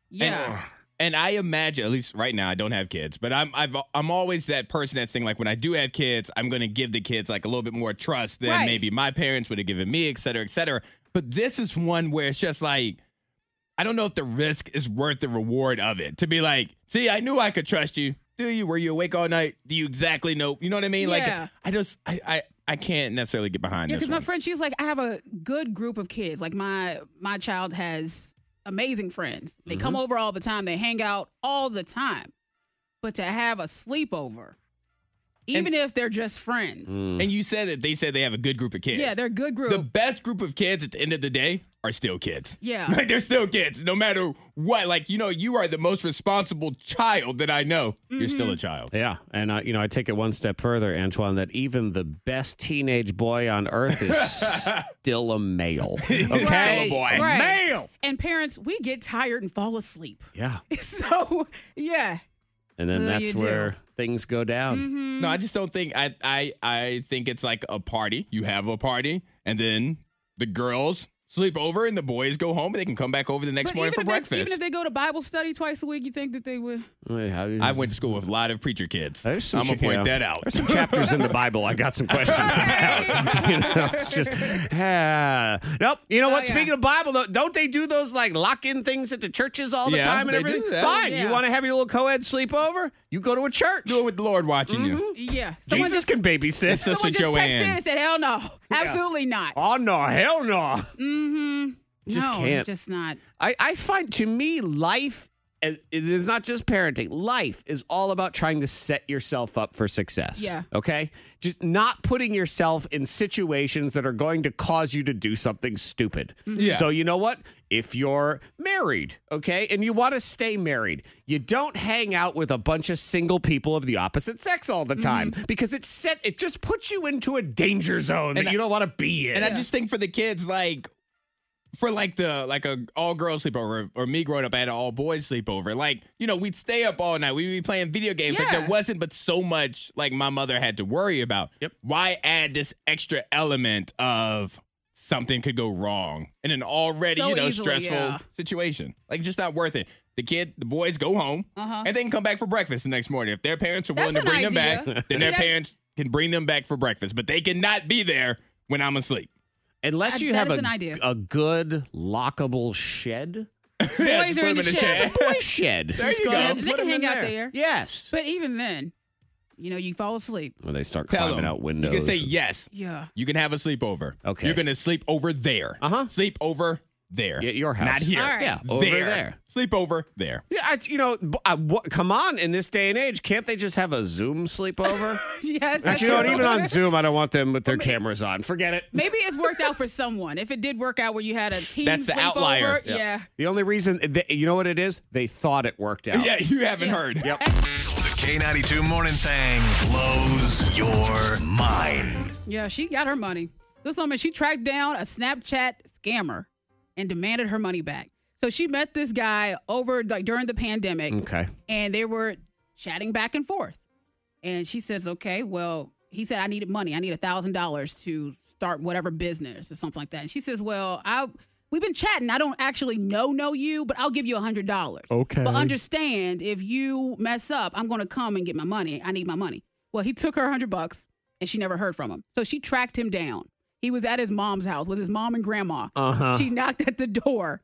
Speaker 5: yeah.
Speaker 2: And I imagine, at least right now, I don't have kids, but I'm I've I'm always that person that's saying like when I do have kids, I'm going to give the kids like a little bit more trust than
Speaker 5: Right.
Speaker 2: maybe my parents would have given me, et cetera, et cetera. But this is one where it's just like I don't know if the risk is worth the reward of it. To be like, see, I knew I could trust you. Do you? Were you awake all night? Do you exactly know? You know what I mean?
Speaker 5: Yeah.
Speaker 2: Like I just I I, I can't necessarily get behind
Speaker 5: Yeah,
Speaker 2: this.
Speaker 5: because my
Speaker 2: one.
Speaker 5: friend, she's like, I have a good group of kids. Like my my child has amazing friends. They come
Speaker 6: Mm-hmm.
Speaker 5: over all the time. They hang out all the time. But to have a sleepover, even if they're just friends.
Speaker 6: Mm.
Speaker 2: And you said that they said they have a good group of kids.
Speaker 5: Mm. Yeah, they're a good group.
Speaker 2: the best group of kids at the end of the day are still kids.
Speaker 5: Yeah.
Speaker 2: Like they're still kids, no matter what. Like, you know, you are the most responsible child that I know. You're still a
Speaker 5: Mm-hmm.
Speaker 2: child.
Speaker 6: Yeah, and uh, you know, I take it one step further, Antoine. That even the best teenage boy on earth is still a male. Okay,
Speaker 5: Right,
Speaker 2: boy.
Speaker 5: right.
Speaker 6: male.
Speaker 5: and parents, we get tired and fall asleep.
Speaker 6: Yeah,
Speaker 5: So yeah,
Speaker 6: and then
Speaker 5: So
Speaker 6: that's
Speaker 5: you do.
Speaker 6: where things go down.
Speaker 2: No, I just don't think I I I think it's like a party. You have a party and then the girls sleep over and the boys go home and they can come back over the next
Speaker 5: but even
Speaker 2: morning
Speaker 5: if,
Speaker 2: for
Speaker 5: they,
Speaker 2: breakfast.
Speaker 5: even if they go to Bible study twice a week, you think that they would?
Speaker 6: Wait, how is-
Speaker 2: I went to school with a lot of preacher kids. I'm
Speaker 6: There's some
Speaker 2: gonna
Speaker 6: chi-
Speaker 2: point
Speaker 6: yeah.
Speaker 2: that out.
Speaker 6: There's some chapters in the Bible. I got some questions about. You know, it's just ah. nope. You know what?
Speaker 5: Oh, yeah.
Speaker 6: Speaking of Bible, though, don't they do those like lock-in things at the churches all the
Speaker 2: Yeah,
Speaker 6: time and
Speaker 2: they do
Speaker 6: everything?
Speaker 2: that.
Speaker 6: Fine.
Speaker 5: Yeah.
Speaker 6: You want to have your little co-ed sleepover? You go to a church.
Speaker 2: Do it with the Lord watching you.
Speaker 5: Yeah, someone
Speaker 6: Jesus
Speaker 5: just
Speaker 6: can babysit.
Speaker 2: Sister
Speaker 5: Mm-hmm. someone just texted in
Speaker 2: Joanne.
Speaker 5: and said, "Hell no, absolutely not."
Speaker 6: Oh no, hell no. just
Speaker 5: no,
Speaker 6: can't.
Speaker 5: just not.
Speaker 6: I, I find to me life it is not just parenting. Life is all about trying to set yourself up for success.
Speaker 5: Yeah.
Speaker 6: Okay? Just not putting yourself in situations that are going to cause you to do something stupid.
Speaker 2: Mm-hmm. Yeah.
Speaker 6: So you know what? If you're married, okay, and you want to stay married, you don't hang out with a bunch of single people of the opposite sex all the time because it set it just puts you into a danger zone
Speaker 2: Mm-hmm.
Speaker 6: that
Speaker 2: And I-
Speaker 6: you don't want to be in.
Speaker 2: And I just think for the kids, like for like the like a all girls sleepover or me growing up, I had an all boys sleepover. Like you know, we'd stay up all night. We'd be playing video games. Like
Speaker 5: Yeah.
Speaker 2: there wasn't, but so much like my mother had to worry about.
Speaker 6: Yep.
Speaker 2: Why add this extra element of something could go wrong in an already
Speaker 5: So
Speaker 2: you know
Speaker 5: easily,
Speaker 2: stressful
Speaker 5: yeah.
Speaker 2: situation? Like just not worth it. The kid, the boys go home
Speaker 5: Uh-huh.
Speaker 2: and they can come back for breakfast the next morning. If their parents are
Speaker 5: That's
Speaker 2: willing to
Speaker 5: an
Speaker 2: bring them
Speaker 5: idea.
Speaker 2: back, then their
Speaker 5: that-
Speaker 2: parents can bring them back for breakfast. But they cannot be there when I'm asleep.
Speaker 6: Unless
Speaker 5: I-
Speaker 6: you
Speaker 5: Uh, that
Speaker 6: have
Speaker 5: is
Speaker 6: a,
Speaker 5: an idea.
Speaker 6: a good lockable shed.
Speaker 2: Yeah,
Speaker 5: Boys
Speaker 2: just
Speaker 5: are
Speaker 2: put
Speaker 5: in
Speaker 2: them
Speaker 5: the
Speaker 2: shed.
Speaker 6: boy shed.
Speaker 2: There you go.
Speaker 5: And they
Speaker 6: Put
Speaker 5: can
Speaker 6: 'em
Speaker 5: hang
Speaker 6: in
Speaker 5: out there.
Speaker 6: Yes.
Speaker 5: But even then, you know, you fall asleep.
Speaker 6: When they start
Speaker 2: Tell
Speaker 6: climbing
Speaker 2: them.
Speaker 6: out windows.
Speaker 2: You can say yes.
Speaker 5: Yeah.
Speaker 2: You can have a sleepover.
Speaker 6: Okay.
Speaker 2: You're gonna sleep over there.
Speaker 6: Uh-huh.
Speaker 2: Sleep over there.
Speaker 6: Yeah, your house.
Speaker 2: Not here.
Speaker 5: All right.
Speaker 6: Yeah,
Speaker 2: There.
Speaker 6: over there.
Speaker 2: Sleep over there.
Speaker 6: Yeah, I, you know, b- I- what- come on! In this day and age, can't they just have a Zoom sleepover?
Speaker 5: Yes. that's
Speaker 6: Actually, you know, what,
Speaker 5: true.
Speaker 6: even on Zoom, I don't want them with their cameras on. Forget it.
Speaker 5: Maybe it's worked out for someone. If it did work out where you had a team
Speaker 2: That's the
Speaker 5: sleepover,
Speaker 2: outlier.
Speaker 5: yeah.
Speaker 6: The only reason, they, you know what it is? They thought it worked out.
Speaker 2: Yeah, you haven't heard. Yep.
Speaker 1: The K92 Morning Thing blows your mind.
Speaker 5: Yeah, she got her money. This woman, she tracked down a Snapchat scammer and demanded her money back. So she met this guy over like during the pandemic
Speaker 6: Okay.
Speaker 5: and they were chatting back and forth. And she says, Okay, well, he said I needed money. I need a thousand dollars to start whatever business or something like that. And she says, Well, I we've been chatting. I don't actually know know you, but I'll give you a hundred dollars.
Speaker 6: Okay.
Speaker 5: But understand if you mess up, I'm gonna come and get my money. I need my money. Well, he took her hundred bucks and she never heard from him. So she tracked him down. He was at his mom's house with his mom and grandma.
Speaker 6: Uh-huh.
Speaker 5: She knocked at the door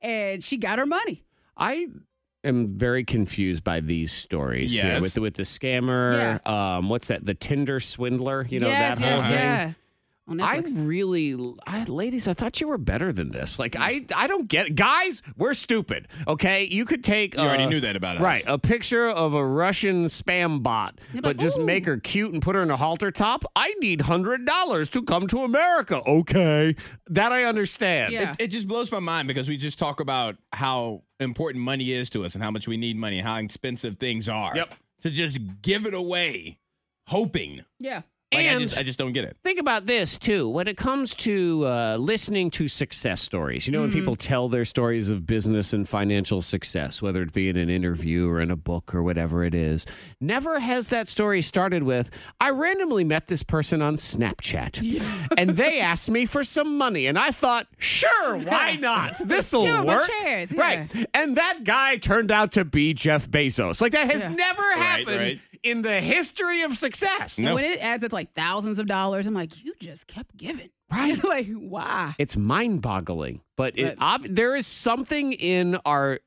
Speaker 5: and she got her money.
Speaker 6: I am very confused by these stories. here
Speaker 2: Yes.
Speaker 6: with with the scammer. Um, what's that? The Tinder swindler. You know
Speaker 5: yes,
Speaker 6: that
Speaker 5: yes,
Speaker 6: whole thing.
Speaker 5: yeah. On
Speaker 6: I
Speaker 5: Netflix.
Speaker 6: really, I, ladies, I thought you were better than this. Like, I, I don't get. Guys, we're stupid. Okay, you could take.
Speaker 2: You already knew that about us.
Speaker 6: right? A picture of a Russian spam bot,
Speaker 5: You're like,
Speaker 6: but just
Speaker 5: "Ooh."
Speaker 6: make her cute and put her in a halter top. I need hundred dollars to come to America. Okay, that I understand.
Speaker 5: Yeah.
Speaker 2: It just blows my mind because we just talk about how important money is to us and how much we need money, how expensive things are.
Speaker 6: Yep.
Speaker 2: To just give it away, hoping.
Speaker 5: yeah.
Speaker 2: Like I
Speaker 6: And-
Speaker 2: just I just don't get it.
Speaker 6: think about this too when it comes to uh, listening to success stories you know
Speaker 5: Mm-hmm.
Speaker 6: when people tell their stories of business and financial success whether it be in an interview or in a book or whatever it is never has that story started with i randomly met this person on snapchat and they asked me for some money and i thought sure why not this'll
Speaker 5: Give 'em a
Speaker 6: work
Speaker 5: chance, yeah.
Speaker 6: right and that guy turned out to be jeff bezos like that has
Speaker 5: Yeah.
Speaker 6: never happened
Speaker 2: right.
Speaker 6: in the history of success
Speaker 5: And
Speaker 2: No.
Speaker 5: when it adds up like thousands of dollars, I'm like, you just kept giving. Right. like, why?
Speaker 6: it's mind-boggling but it,
Speaker 5: But-
Speaker 6: ob- there is something in our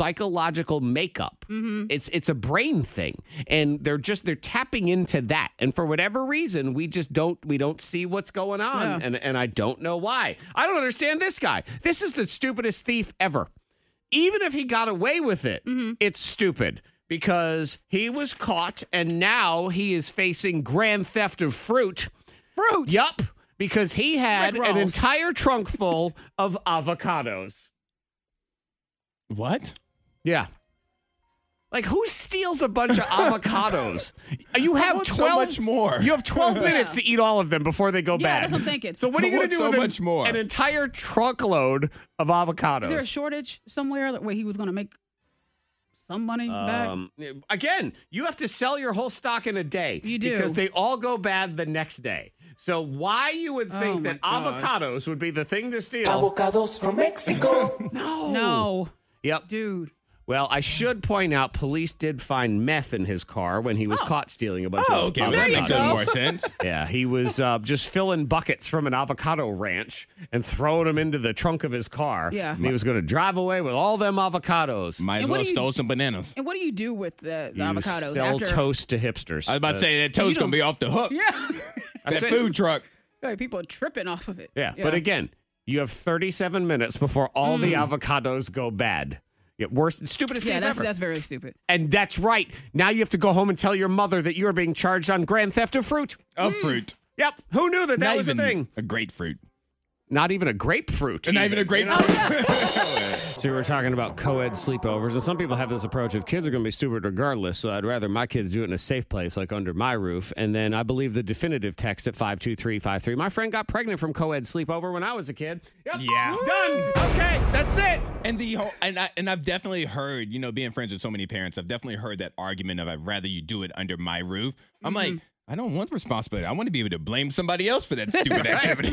Speaker 6: psychological makeup
Speaker 5: Mm-hmm.
Speaker 6: it's it's a brain thing and they're just they're tapping into that and for whatever reason we just don't we don't see what's going on
Speaker 5: Yeah.
Speaker 6: and and I don't know why I don't understand this guy
Speaker 5: Mm-hmm.
Speaker 6: this is the stupidest thief ever even if he got away with it it's stupid because he was caught and now he is facing grand theft of fruit.
Speaker 5: Fruit.
Speaker 6: Yup, because he had
Speaker 5: Rick
Speaker 6: an
Speaker 5: Ross.
Speaker 6: entire trunk full of avocados.
Speaker 2: What?
Speaker 6: Yeah. Like who steals a bunch of avocados? You have
Speaker 2: want so
Speaker 6: twelve
Speaker 2: much more.
Speaker 6: You have twelve
Speaker 5: Yeah.
Speaker 6: minutes to eat all of them before they go
Speaker 5: Yeah,
Speaker 6: bad.
Speaker 5: that's what I'm thinking.
Speaker 6: So what are you
Speaker 2: I
Speaker 6: going
Speaker 2: want
Speaker 6: to do
Speaker 2: so
Speaker 6: with an-
Speaker 2: much more.
Speaker 6: an entire truckload of avocados?
Speaker 5: Is there a shortage somewhere that- where he was going to make some money back?
Speaker 6: Um, again, you have to sell your whole stock in a day.
Speaker 5: You do.
Speaker 6: because they all go bad the next day. So why you would think
Speaker 5: Oh my
Speaker 6: that avocados would be the thing to steal?
Speaker 5: No,
Speaker 6: Yep.
Speaker 5: dude.
Speaker 6: Well, I should point out, police did find meth in his car when he was caught stealing a bunch
Speaker 2: Oh,
Speaker 6: of
Speaker 2: okay. well,
Speaker 6: avocados.
Speaker 2: that makes a little more sense.
Speaker 6: Yeah, he was uh, just filling buckets from an avocado ranch and throwing them into the trunk of his car.
Speaker 5: Yeah.
Speaker 6: And he was going to drive away with all them avocados.
Speaker 2: Might as
Speaker 5: And what
Speaker 2: well
Speaker 5: do you-
Speaker 2: stole some bananas.
Speaker 5: And what do you do with the, the
Speaker 6: You
Speaker 5: avocados
Speaker 6: sell
Speaker 5: after?
Speaker 6: toast to hipsters. Uh,
Speaker 2: I was about to say that toad's
Speaker 5: don't-
Speaker 2: gonna be off the hook.
Speaker 5: yeah,
Speaker 2: That
Speaker 6: That's it.
Speaker 2: food truck.
Speaker 5: like people are tripping off of it.
Speaker 6: Yeah, but again, you have 37 minutes before all the
Speaker 2: Mm.
Speaker 6: avocados go bad. Yeah, worst, stupidest
Speaker 5: yeah,
Speaker 6: thing
Speaker 5: that's
Speaker 6: ever.
Speaker 5: that's very stupid.
Speaker 6: and that's right. Now you have to go home and tell your mother that you are being charged on grand theft of fruit.
Speaker 2: A fruit.
Speaker 6: Yep. Who knew that that
Speaker 2: Not
Speaker 6: was
Speaker 2: even
Speaker 6: a thing?
Speaker 2: A grapefruit.
Speaker 6: Not even a grapefruit.
Speaker 2: And not even a grapefruit.
Speaker 6: So we were talking about co-ed sleepovers, and some people have this approach of kids are going to be stupid regardless. So I'd rather my kids do it in a safe place, like under my roof. And then I believe the definitive text at five two three five three. My friend got pregnant from co-ed sleepover when I was a kid. Yep.
Speaker 2: Yeah.
Speaker 6: Done. Okay. That's it.
Speaker 2: And the whole, and I and I've definitely heard, you know, being friends with so many parents, I've definitely heard that argument of I'd rather you do it under my roof. I'm like, I don't want responsibility. I want to be able to blame somebody else for that stupid activity.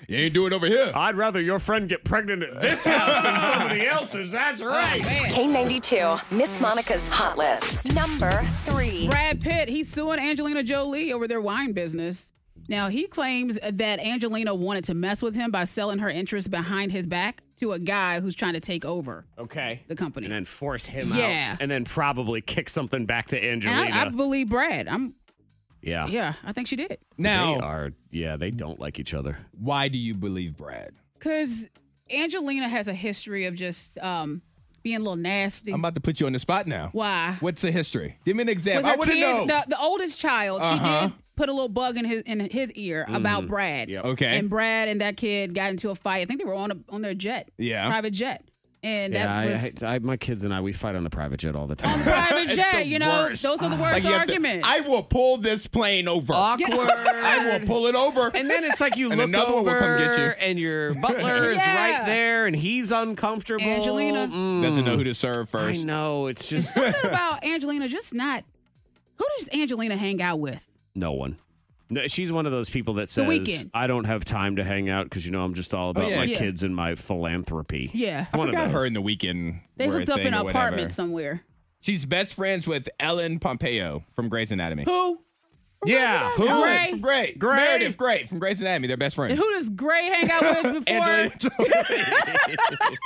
Speaker 2: you ain't do it over here.
Speaker 6: I'd rather your friend get pregnant at this house than somebody else's. That's
Speaker 2: Oh.
Speaker 6: right.
Speaker 7: K92, Miss Monica's hot list. Number three.
Speaker 5: Brad Pitt, he's suing Angelina Jolie over their wine business. Now, he claims that Angelina wanted to mess with him by selling her interest behind his back to a guy who's trying to take over
Speaker 6: Okay.
Speaker 5: the company.
Speaker 6: And then force him
Speaker 5: Yeah.
Speaker 6: out, and then probably kick something back to
Speaker 5: And
Speaker 6: Angelina.
Speaker 5: I, I believe Brad. I'm
Speaker 6: yeah.
Speaker 5: yeah, I think she did.
Speaker 2: now,
Speaker 6: They are. Yeah. They don't like each other.
Speaker 2: why do you believe Brad?
Speaker 5: Cause Angelina has a history of just um, being a little nasty.
Speaker 2: I'm about to put you on the spot now.
Speaker 5: Mm. Why?
Speaker 2: What's the history? Give me an
Speaker 5: With
Speaker 2: example. I
Speaker 5: her
Speaker 2: want to know.
Speaker 5: kids, the, the oldest child, she did put a little bug in his in his ear about Brad.
Speaker 2: okay.
Speaker 5: And Brad and that kid got into a fight. I think they were on a, on their jet.
Speaker 2: Yeah.
Speaker 5: Private jet. And
Speaker 6: Yeah,
Speaker 5: that
Speaker 6: I-
Speaker 5: was
Speaker 6: I, I, my kids and I, we fight on the private jet all the
Speaker 5: on
Speaker 6: time.
Speaker 5: private
Speaker 2: It's
Speaker 5: jet.
Speaker 2: the
Speaker 5: You know,
Speaker 2: worst. Ah.
Speaker 5: those are the worst
Speaker 2: Like, you have to-
Speaker 5: arguments.
Speaker 2: I will pull this plane over.
Speaker 6: Awkward.
Speaker 2: I will pull it over.
Speaker 6: And then it's like you
Speaker 2: And
Speaker 6: look
Speaker 2: another one will come get you.
Speaker 6: over and your butler is
Speaker 5: Yeah.
Speaker 6: right there and he's uncomfortable.
Speaker 5: Angelina.
Speaker 6: Mm,
Speaker 2: doesn't know who to serve
Speaker 6: I
Speaker 2: first.
Speaker 6: know. It's just
Speaker 5: Something about Angelina just not. Who does Angelina hang out with?
Speaker 6: no one. No, she's one of those people that says,
Speaker 5: Weeknd.
Speaker 6: I don't have time to hang out because, you know, I'm just all about
Speaker 2: Oh, yeah.
Speaker 6: my
Speaker 5: Yeah.
Speaker 6: kids and my philanthropy.
Speaker 5: Yeah.
Speaker 6: One
Speaker 2: I got
Speaker 6: of those.
Speaker 2: her in the weekend.
Speaker 5: They
Speaker 2: were a
Speaker 5: hooked up
Speaker 2: thing
Speaker 5: in
Speaker 2: or
Speaker 5: an
Speaker 2: whatever.
Speaker 5: apartment somewhere.
Speaker 2: She's best friends with Ellen Pompeo from Grey's Anatomy.
Speaker 5: Who?
Speaker 6: Yeah. Who?
Speaker 5: Gray.
Speaker 2: From Grey.
Speaker 6: Grey.
Speaker 2: Meredith Grey from Grey's Anatomy. They're best friends.
Speaker 5: And who does Gray hang out with before?
Speaker 2: Angelina Jolie.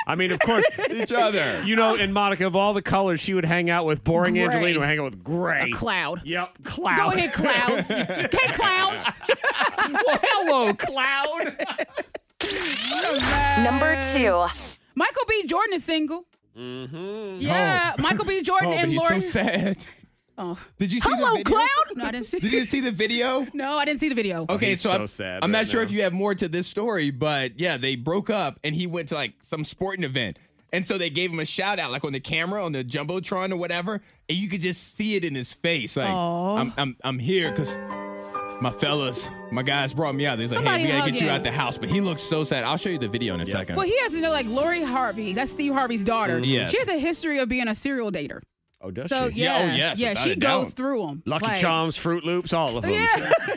Speaker 6: I mean, of course,
Speaker 2: Each other.
Speaker 6: you know, in Monica, of all the colors, she would hang out with boring
Speaker 5: Gray.
Speaker 6: Angelina, would hang out with
Speaker 5: A
Speaker 6: gray.
Speaker 5: cloud.
Speaker 6: Yep, cloud.
Speaker 5: Go ahead, clouds. Okay, cloud.
Speaker 6: well, hello, cloud.
Speaker 7: Number two.
Speaker 5: Michael B. Jordan is single. Mm-hmm. Yeah, Michael B. Jordan
Speaker 2: Oh, but
Speaker 5: and
Speaker 2: he's
Speaker 5: Lauren.
Speaker 2: so sad.
Speaker 5: Oh.
Speaker 2: Did you see the
Speaker 5: Hello,
Speaker 2: video?
Speaker 5: cloud. No, I didn't see.
Speaker 2: Did you see the video?
Speaker 5: No, I didn't see the video.
Speaker 2: Okay,
Speaker 6: he's
Speaker 2: so,
Speaker 6: so
Speaker 2: I'm,
Speaker 6: sad
Speaker 2: I'm
Speaker 6: right
Speaker 2: not sure
Speaker 6: now.
Speaker 2: if you have more to this story, but yeah, they broke up and he went to like some sporting event. And so they gave him a shout out, like on the camera, on the jumbotron or whatever, and you could just see it in his face, like
Speaker 5: Aw.
Speaker 2: I'm, I'm, I'm here because my fellas, my guys brought me out. They was like,
Speaker 5: Somebody
Speaker 2: hey, we gotta
Speaker 5: hug
Speaker 2: get you
Speaker 5: him.
Speaker 2: out the house, but he looks so sad. I'll show you the video in a second.
Speaker 5: Well, he has to know, like Lori Harvey. That's Steve Harvey's daughter.
Speaker 2: Yes.
Speaker 5: She has a history of being a serial dater.
Speaker 6: Oh, Mm, does
Speaker 5: So
Speaker 6: she?
Speaker 5: yeah,
Speaker 2: Yeah, oh, yes,
Speaker 5: yeah,
Speaker 2: without
Speaker 5: she
Speaker 2: a doubt.
Speaker 5: goes through them.
Speaker 6: Lucky Charms, Fruit Loops, all of them.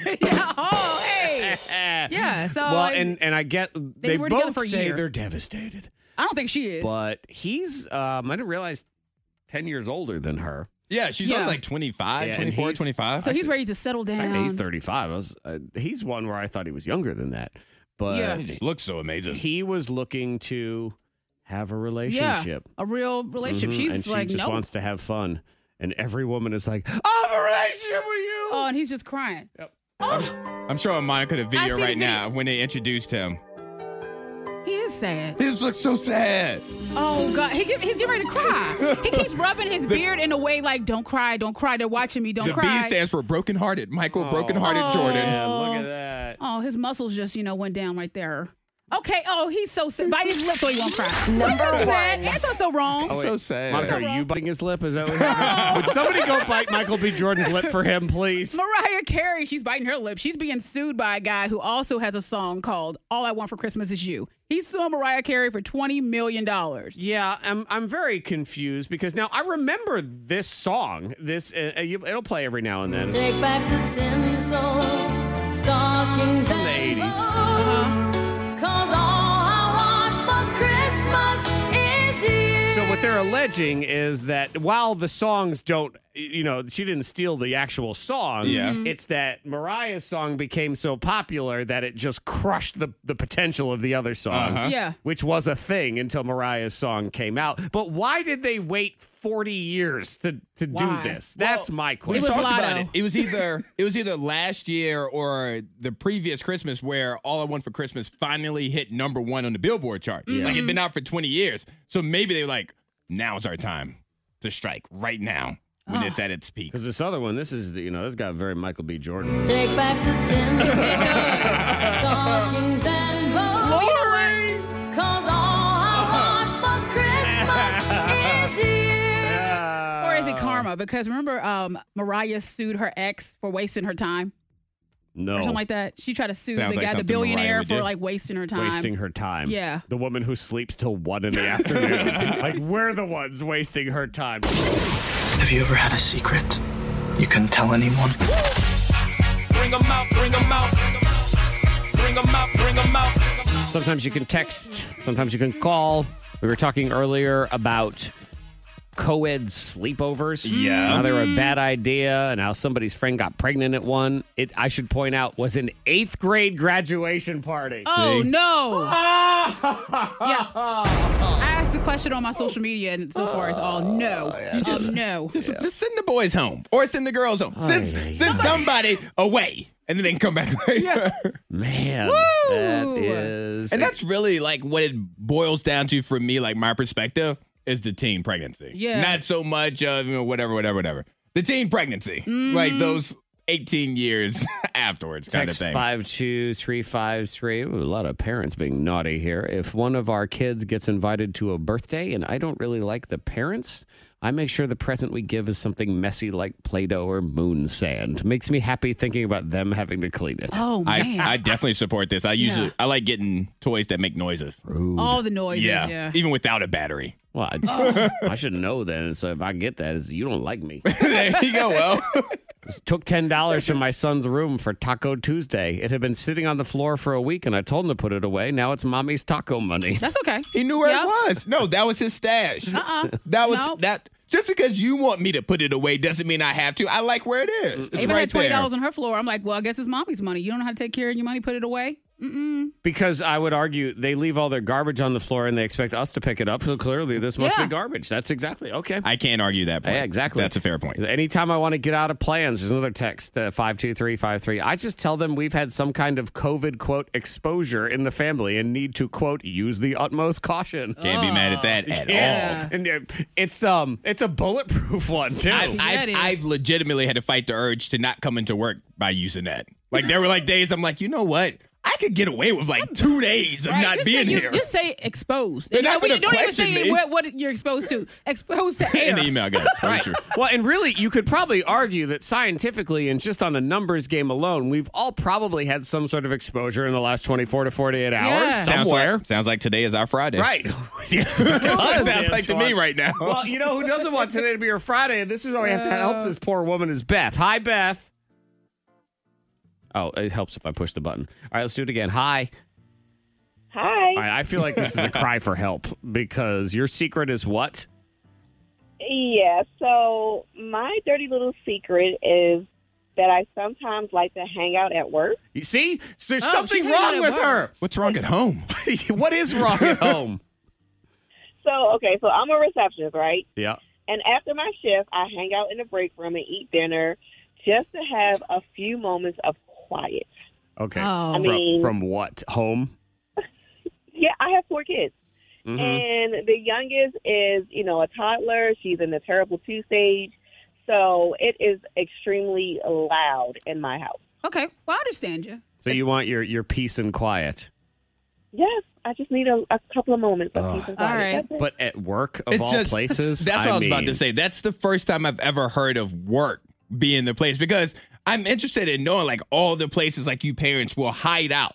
Speaker 5: Oh, Yeah. yeah. Oh,
Speaker 6: Eh.
Speaker 5: hey. Yeah. So
Speaker 6: Well,
Speaker 5: it-
Speaker 6: and and I get they,
Speaker 5: were together
Speaker 6: both
Speaker 5: for a
Speaker 6: say
Speaker 5: year.
Speaker 6: they're devastated,
Speaker 5: I don't think she is.
Speaker 6: but he's um I didn't realize ten years older than her.
Speaker 2: yeah, she's
Speaker 5: Yeah.
Speaker 2: only like 25,
Speaker 6: Yeah, and
Speaker 2: 24,
Speaker 6: he's-
Speaker 2: 25.
Speaker 5: so he's ready to settle
Speaker 6: In
Speaker 5: down.
Speaker 6: fact, he's thirty five. I was uh, he's one where I thought he was younger than that,
Speaker 5: Yeah.
Speaker 6: but
Speaker 2: He just looks so amazing.
Speaker 6: he was looking to have a
Speaker 5: yeah,
Speaker 6: relationship.
Speaker 5: a real relationship.
Speaker 6: Mhm,
Speaker 5: She's
Speaker 6: and she
Speaker 5: like,
Speaker 6: just
Speaker 5: no.
Speaker 6: wants to have fun, and every woman is like, I have a relationship with you.
Speaker 5: oh, and he's just crying.
Speaker 2: I'm showing Monica the
Speaker 5: I
Speaker 2: video
Speaker 5: see the
Speaker 2: right
Speaker 5: video.
Speaker 2: now of when they introduced him.
Speaker 5: He is sad.
Speaker 2: This looks so sad.
Speaker 5: Oh God, he get, he's getting ready to cry. He keeps rubbing his beard in a way like, "Don't cry, don't cry." They're watching me. Don't
Speaker 2: the
Speaker 5: cry.
Speaker 2: B stands for brokenhearted. Michael, brokenhearted Jordan.
Speaker 6: Man, look at that.
Speaker 5: oh, his muscles just you know went down right there. Okay. Oh, he's so sad. Bite his lip so he won't cry.
Speaker 7: Number
Speaker 5: Don't do that.
Speaker 7: one.
Speaker 5: That's not so wrong.
Speaker 2: So sad.
Speaker 6: Monica, Oh, are you biting his lip? Is that what happened? Would somebody go bite Michael B. Jordan's lip for him, please?
Speaker 5: Mariah Carey, she's biting her lip. She's being sued by a guy who also has a song called All I Want for Christmas Is You. He's suing Mariah Carey for $20 million.
Speaker 6: Yeah, I'm I'm very confused because now I remember this song. This uh, uh, you, it'll play every now and then. Take back the tinsel, stockings, the 80s. So what they're alleging is that while the songs don't, you know, she didn't steal the actual song.
Speaker 2: Yeah.
Speaker 5: Mm-hmm.
Speaker 2: Mhm.
Speaker 6: It's that Mariah's song became so popular that it just crushed the the potential of the other song.
Speaker 2: Uh-huh.
Speaker 5: Yeah.
Speaker 6: Which was a thing until Mariah's song came out. But why did they wait 40 years to to
Speaker 5: Why?
Speaker 6: do this? That's
Speaker 2: Well,
Speaker 6: my
Speaker 2: We
Speaker 6: question.
Speaker 5: was
Speaker 2: talked about
Speaker 5: Lotto.
Speaker 2: it. It was either it was either last year or the previous Christmas where All I Want for Christmas finally hit number one on the Billboard chart. Like it'd been out for 20 years. So maybe they were like, now's our time to strike right now when it's at its peak.
Speaker 6: Because this other one, this is, you know, this got very Michael B. Jordan. Uh-huh.
Speaker 5: Or is it karma? Because remember, um, Mariah sued her ex for wasting her time or
Speaker 6: No.
Speaker 5: something like that. She tried to sue
Speaker 2: Sounds
Speaker 5: the
Speaker 2: like
Speaker 5: guy, the
Speaker 2: something Mariah
Speaker 5: billionaire,
Speaker 2: would
Speaker 5: for
Speaker 2: do.
Speaker 5: like wasting her time.
Speaker 6: wasting her time.
Speaker 5: Yeah.
Speaker 6: The woman who sleeps till one in the afternoon. like we're the ones wasting her time.
Speaker 10: Have you ever had a secret you couldn't tell anyone?
Speaker 3: Bring 'em out, bring 'em out. Bring 'em out, bring 'em out.
Speaker 6: Sometimes you can text, sometimes you can call. We were talking earlier about co-ed sleepovers.
Speaker 2: Yeah.
Speaker 6: How they were a bad idea and how somebody's friend got pregnant at one. It I should point out was an eighth grade graduation party.
Speaker 5: Oh no! yeah, I asked the question on my social media, and so far it's all no, oh, no.
Speaker 2: Just, just send the boys home or send the girls home. Send,
Speaker 6: Ay, ay,
Speaker 2: send somebody away and then they can come back later.
Speaker 6: Man. That is
Speaker 2: And that's really like what it boils down to for me, like my perspective is the teen pregnancy.
Speaker 5: Yeah.
Speaker 2: Not so much of you know, whatever, whatever, whatever. The teen pregnancy.
Speaker 5: Mm-hmm.
Speaker 2: Like those 18 years afterwards kind
Speaker 6: Text
Speaker 2: of thing.
Speaker 6: five two three five three. Ooh, a lot of parents being naughty here. If one of our kids gets invited to a birthday and I don't really like the parents, I make sure the present we give is something messy like Play-Doh or moon sand. Makes me happy thinking about them having to clean it.
Speaker 5: Oh
Speaker 2: I,
Speaker 5: man,
Speaker 2: I definitely support this. I usually I like getting toys that make noises.
Speaker 5: all the noises. Yeah,
Speaker 2: Even without a battery.
Speaker 6: Well, I, I should know then. So if I get that, it's, you don't like me.
Speaker 2: there you go, well.
Speaker 6: Took ten dollars from my son's room for Taco Tuesday. It had been sitting on the floor for a week, and I told him to put it away. Now it's mommy's taco money.
Speaker 5: that's okay.
Speaker 2: He knew where
Speaker 5: Yep.
Speaker 2: it was. No, that was his stash.
Speaker 5: Uh-uh.
Speaker 2: That was
Speaker 5: Nope.
Speaker 2: that just because you want me to put it away doesn't mean I have to. I like where it is. It's
Speaker 5: Ava
Speaker 2: right
Speaker 5: had twenty
Speaker 2: there.
Speaker 5: dollars on her floor. I'm like, well, I guess it's mommy's money. You don't know how to take care of your money. Put it away.
Speaker 6: Because I would argue they leave all their garbage on the floor and they expect us to pick it up. So clearly, this must
Speaker 5: Yeah.
Speaker 6: be garbage. That's exactly okay.
Speaker 2: I can't argue that point.
Speaker 6: Yeah, exactly.
Speaker 2: That's a fair point.
Speaker 6: Anytime I want to get out of plans, there's another text uh, five two three five three. I just tell them we've had some kind of COVID quote exposure in the family and need to quote use the utmost caution.
Speaker 2: Can't be mad at that at all.
Speaker 6: and uh, it's um it's a bulletproof one too.
Speaker 2: I've,
Speaker 5: Yeah, it
Speaker 2: I've,
Speaker 5: is.
Speaker 2: I've legitimately had to fight the urge to not come into work by using that. Like there were like days I'm like, you know what? I could get away with like two days of
Speaker 5: Right,
Speaker 2: not
Speaker 5: just
Speaker 2: being
Speaker 5: say you-
Speaker 2: here.
Speaker 5: Just say exposed.
Speaker 2: They're not
Speaker 5: You know,
Speaker 2: gonna
Speaker 5: don't even
Speaker 2: question
Speaker 5: say
Speaker 2: me.
Speaker 5: what, what you're exposed to. Exposed to air.
Speaker 2: An email guy.
Speaker 6: Right. Well, and really, you could probably argue that scientifically and just on a numbers game alone, we've all probably had some sort of exposure in the last 24 to 48 hours
Speaker 5: Yeah.
Speaker 2: Sounds
Speaker 6: somewhere.
Speaker 2: like, sounds like today is our Friday.
Speaker 6: Right. yes, it does,
Speaker 2: That's what it sounds like to me
Speaker 6: Antoine.
Speaker 2: right now.
Speaker 6: Well, you know who doesn't want today to be her Friday, and this is why we have to help this poor woman is Beth. Hi, Beth. Oh, it helps if I push the button. All right, let's do it again. Hi.
Speaker 8: Hi.
Speaker 6: All right, I feel like this is a cry for help because your secret is what?
Speaker 8: Yeah, so my dirty little secret is that I sometimes like to hang out at work.
Speaker 6: You see? There's
Speaker 5: Oh, she's
Speaker 6: something
Speaker 5: hanging out
Speaker 6: wrong
Speaker 5: at
Speaker 6: with her.
Speaker 5: work.
Speaker 2: What's wrong at home?
Speaker 6: what is wrong at home?
Speaker 8: So, okay, so I'm a receptionist, right?
Speaker 6: Yeah.
Speaker 8: And after my shift, I hang out in the break room and eat dinner just to have a few moments of quiet.
Speaker 6: Okay.
Speaker 5: Oh. I
Speaker 6: From,
Speaker 8: mean-
Speaker 6: from what? Home?
Speaker 11: yeah, I have four kids.
Speaker 12: Mhm.
Speaker 11: And the youngest is, you know, a toddler. She's in the terrible two stage. So it is extremely loud in my house.
Speaker 5: Okay. Well, I understand you.
Speaker 6: So you want your your peace and quiet.
Speaker 11: Yes, I just need a, a couple of moments of peace and quiet. That's it.
Speaker 6: But at work of
Speaker 2: It's
Speaker 6: all
Speaker 2: just-
Speaker 6: places,
Speaker 2: That's what I, was about
Speaker 6: mean,
Speaker 2: to say. That's the first time I've ever heard of work being the place because I'm interested in knowing like all the places like you parents will hide out.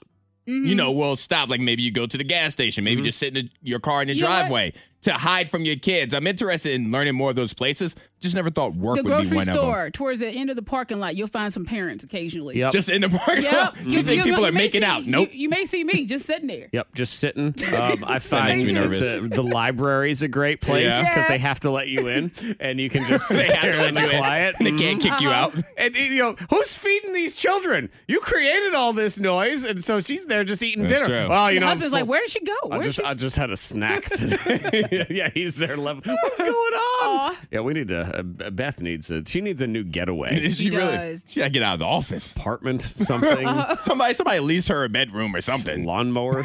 Speaker 5: Mm-hmm.
Speaker 2: You know, will stop. Like maybe you go to the gas station,
Speaker 6: Mm-hmm.
Speaker 2: maybe just sit in the, your car in the
Speaker 5: You know what?
Speaker 2: driveway to hide from your kids. I'm interested in learning more of those places. Just never thought work
Speaker 5: the
Speaker 2: would be
Speaker 5: grocery
Speaker 2: one of them.
Speaker 5: store towards the end of the parking lot, you'll find some parents occasionally.
Speaker 2: Just in the parking lot.
Speaker 5: Yep.
Speaker 2: You think people
Speaker 5: you
Speaker 2: are
Speaker 5: may
Speaker 2: making
Speaker 5: see-
Speaker 2: out?
Speaker 5: you-
Speaker 2: Nope.
Speaker 5: You, may see me just sitting there.
Speaker 6: Yep, just sitting. Um, I find
Speaker 2: makes me
Speaker 6: it's
Speaker 2: nervous.
Speaker 6: a- the library's a great place
Speaker 2: Yeah.
Speaker 6: because they have to let you in, and you can just
Speaker 2: They
Speaker 6: sit
Speaker 2: have to
Speaker 6: there
Speaker 2: let
Speaker 6: in the
Speaker 2: you in.
Speaker 6: quiet. Mm-hmm. Uh-huh.
Speaker 2: They can't kick you out.
Speaker 6: And you know who's feeding these children? You created all this noise, and so she's there just eating
Speaker 2: That's
Speaker 6: dinner.
Speaker 2: true.
Speaker 6: Well, you
Speaker 5: Your
Speaker 6: know, I'm
Speaker 5: husband's
Speaker 6: full-
Speaker 5: like, where did she go?
Speaker 6: I
Speaker 5: Where's
Speaker 6: just
Speaker 5: she?
Speaker 6: I just had a snack today. yeah, he's there. Level. What's going on? Yeah, we need to. Uh, Beth needs a. She needs a new getaway.
Speaker 2: She really she gotta get out of the office.
Speaker 6: Apartment, something.
Speaker 2: somebody somebody lease her a bedroom or something.
Speaker 6: Lawnmower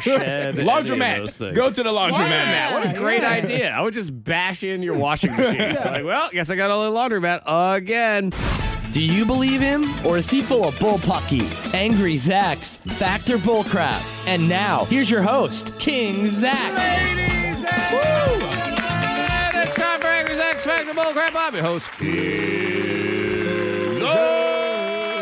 Speaker 6: shed, any of those
Speaker 2: laundromat.
Speaker 6: things.
Speaker 2: Go to the laundromat.
Speaker 6: Laundromat. What a great idea. I would just bash in your washing machine. Like, well, guess I got all the laundromat again.
Speaker 13: Do you believe him or is he full of bullpucky? Angry Zach's Factor Bullcrap. And now, here's your host, King Zach.
Speaker 6: Ladies and gentlemen, it's time for Angry Zach's Factor Bullcrap. I'm your host, King Zach.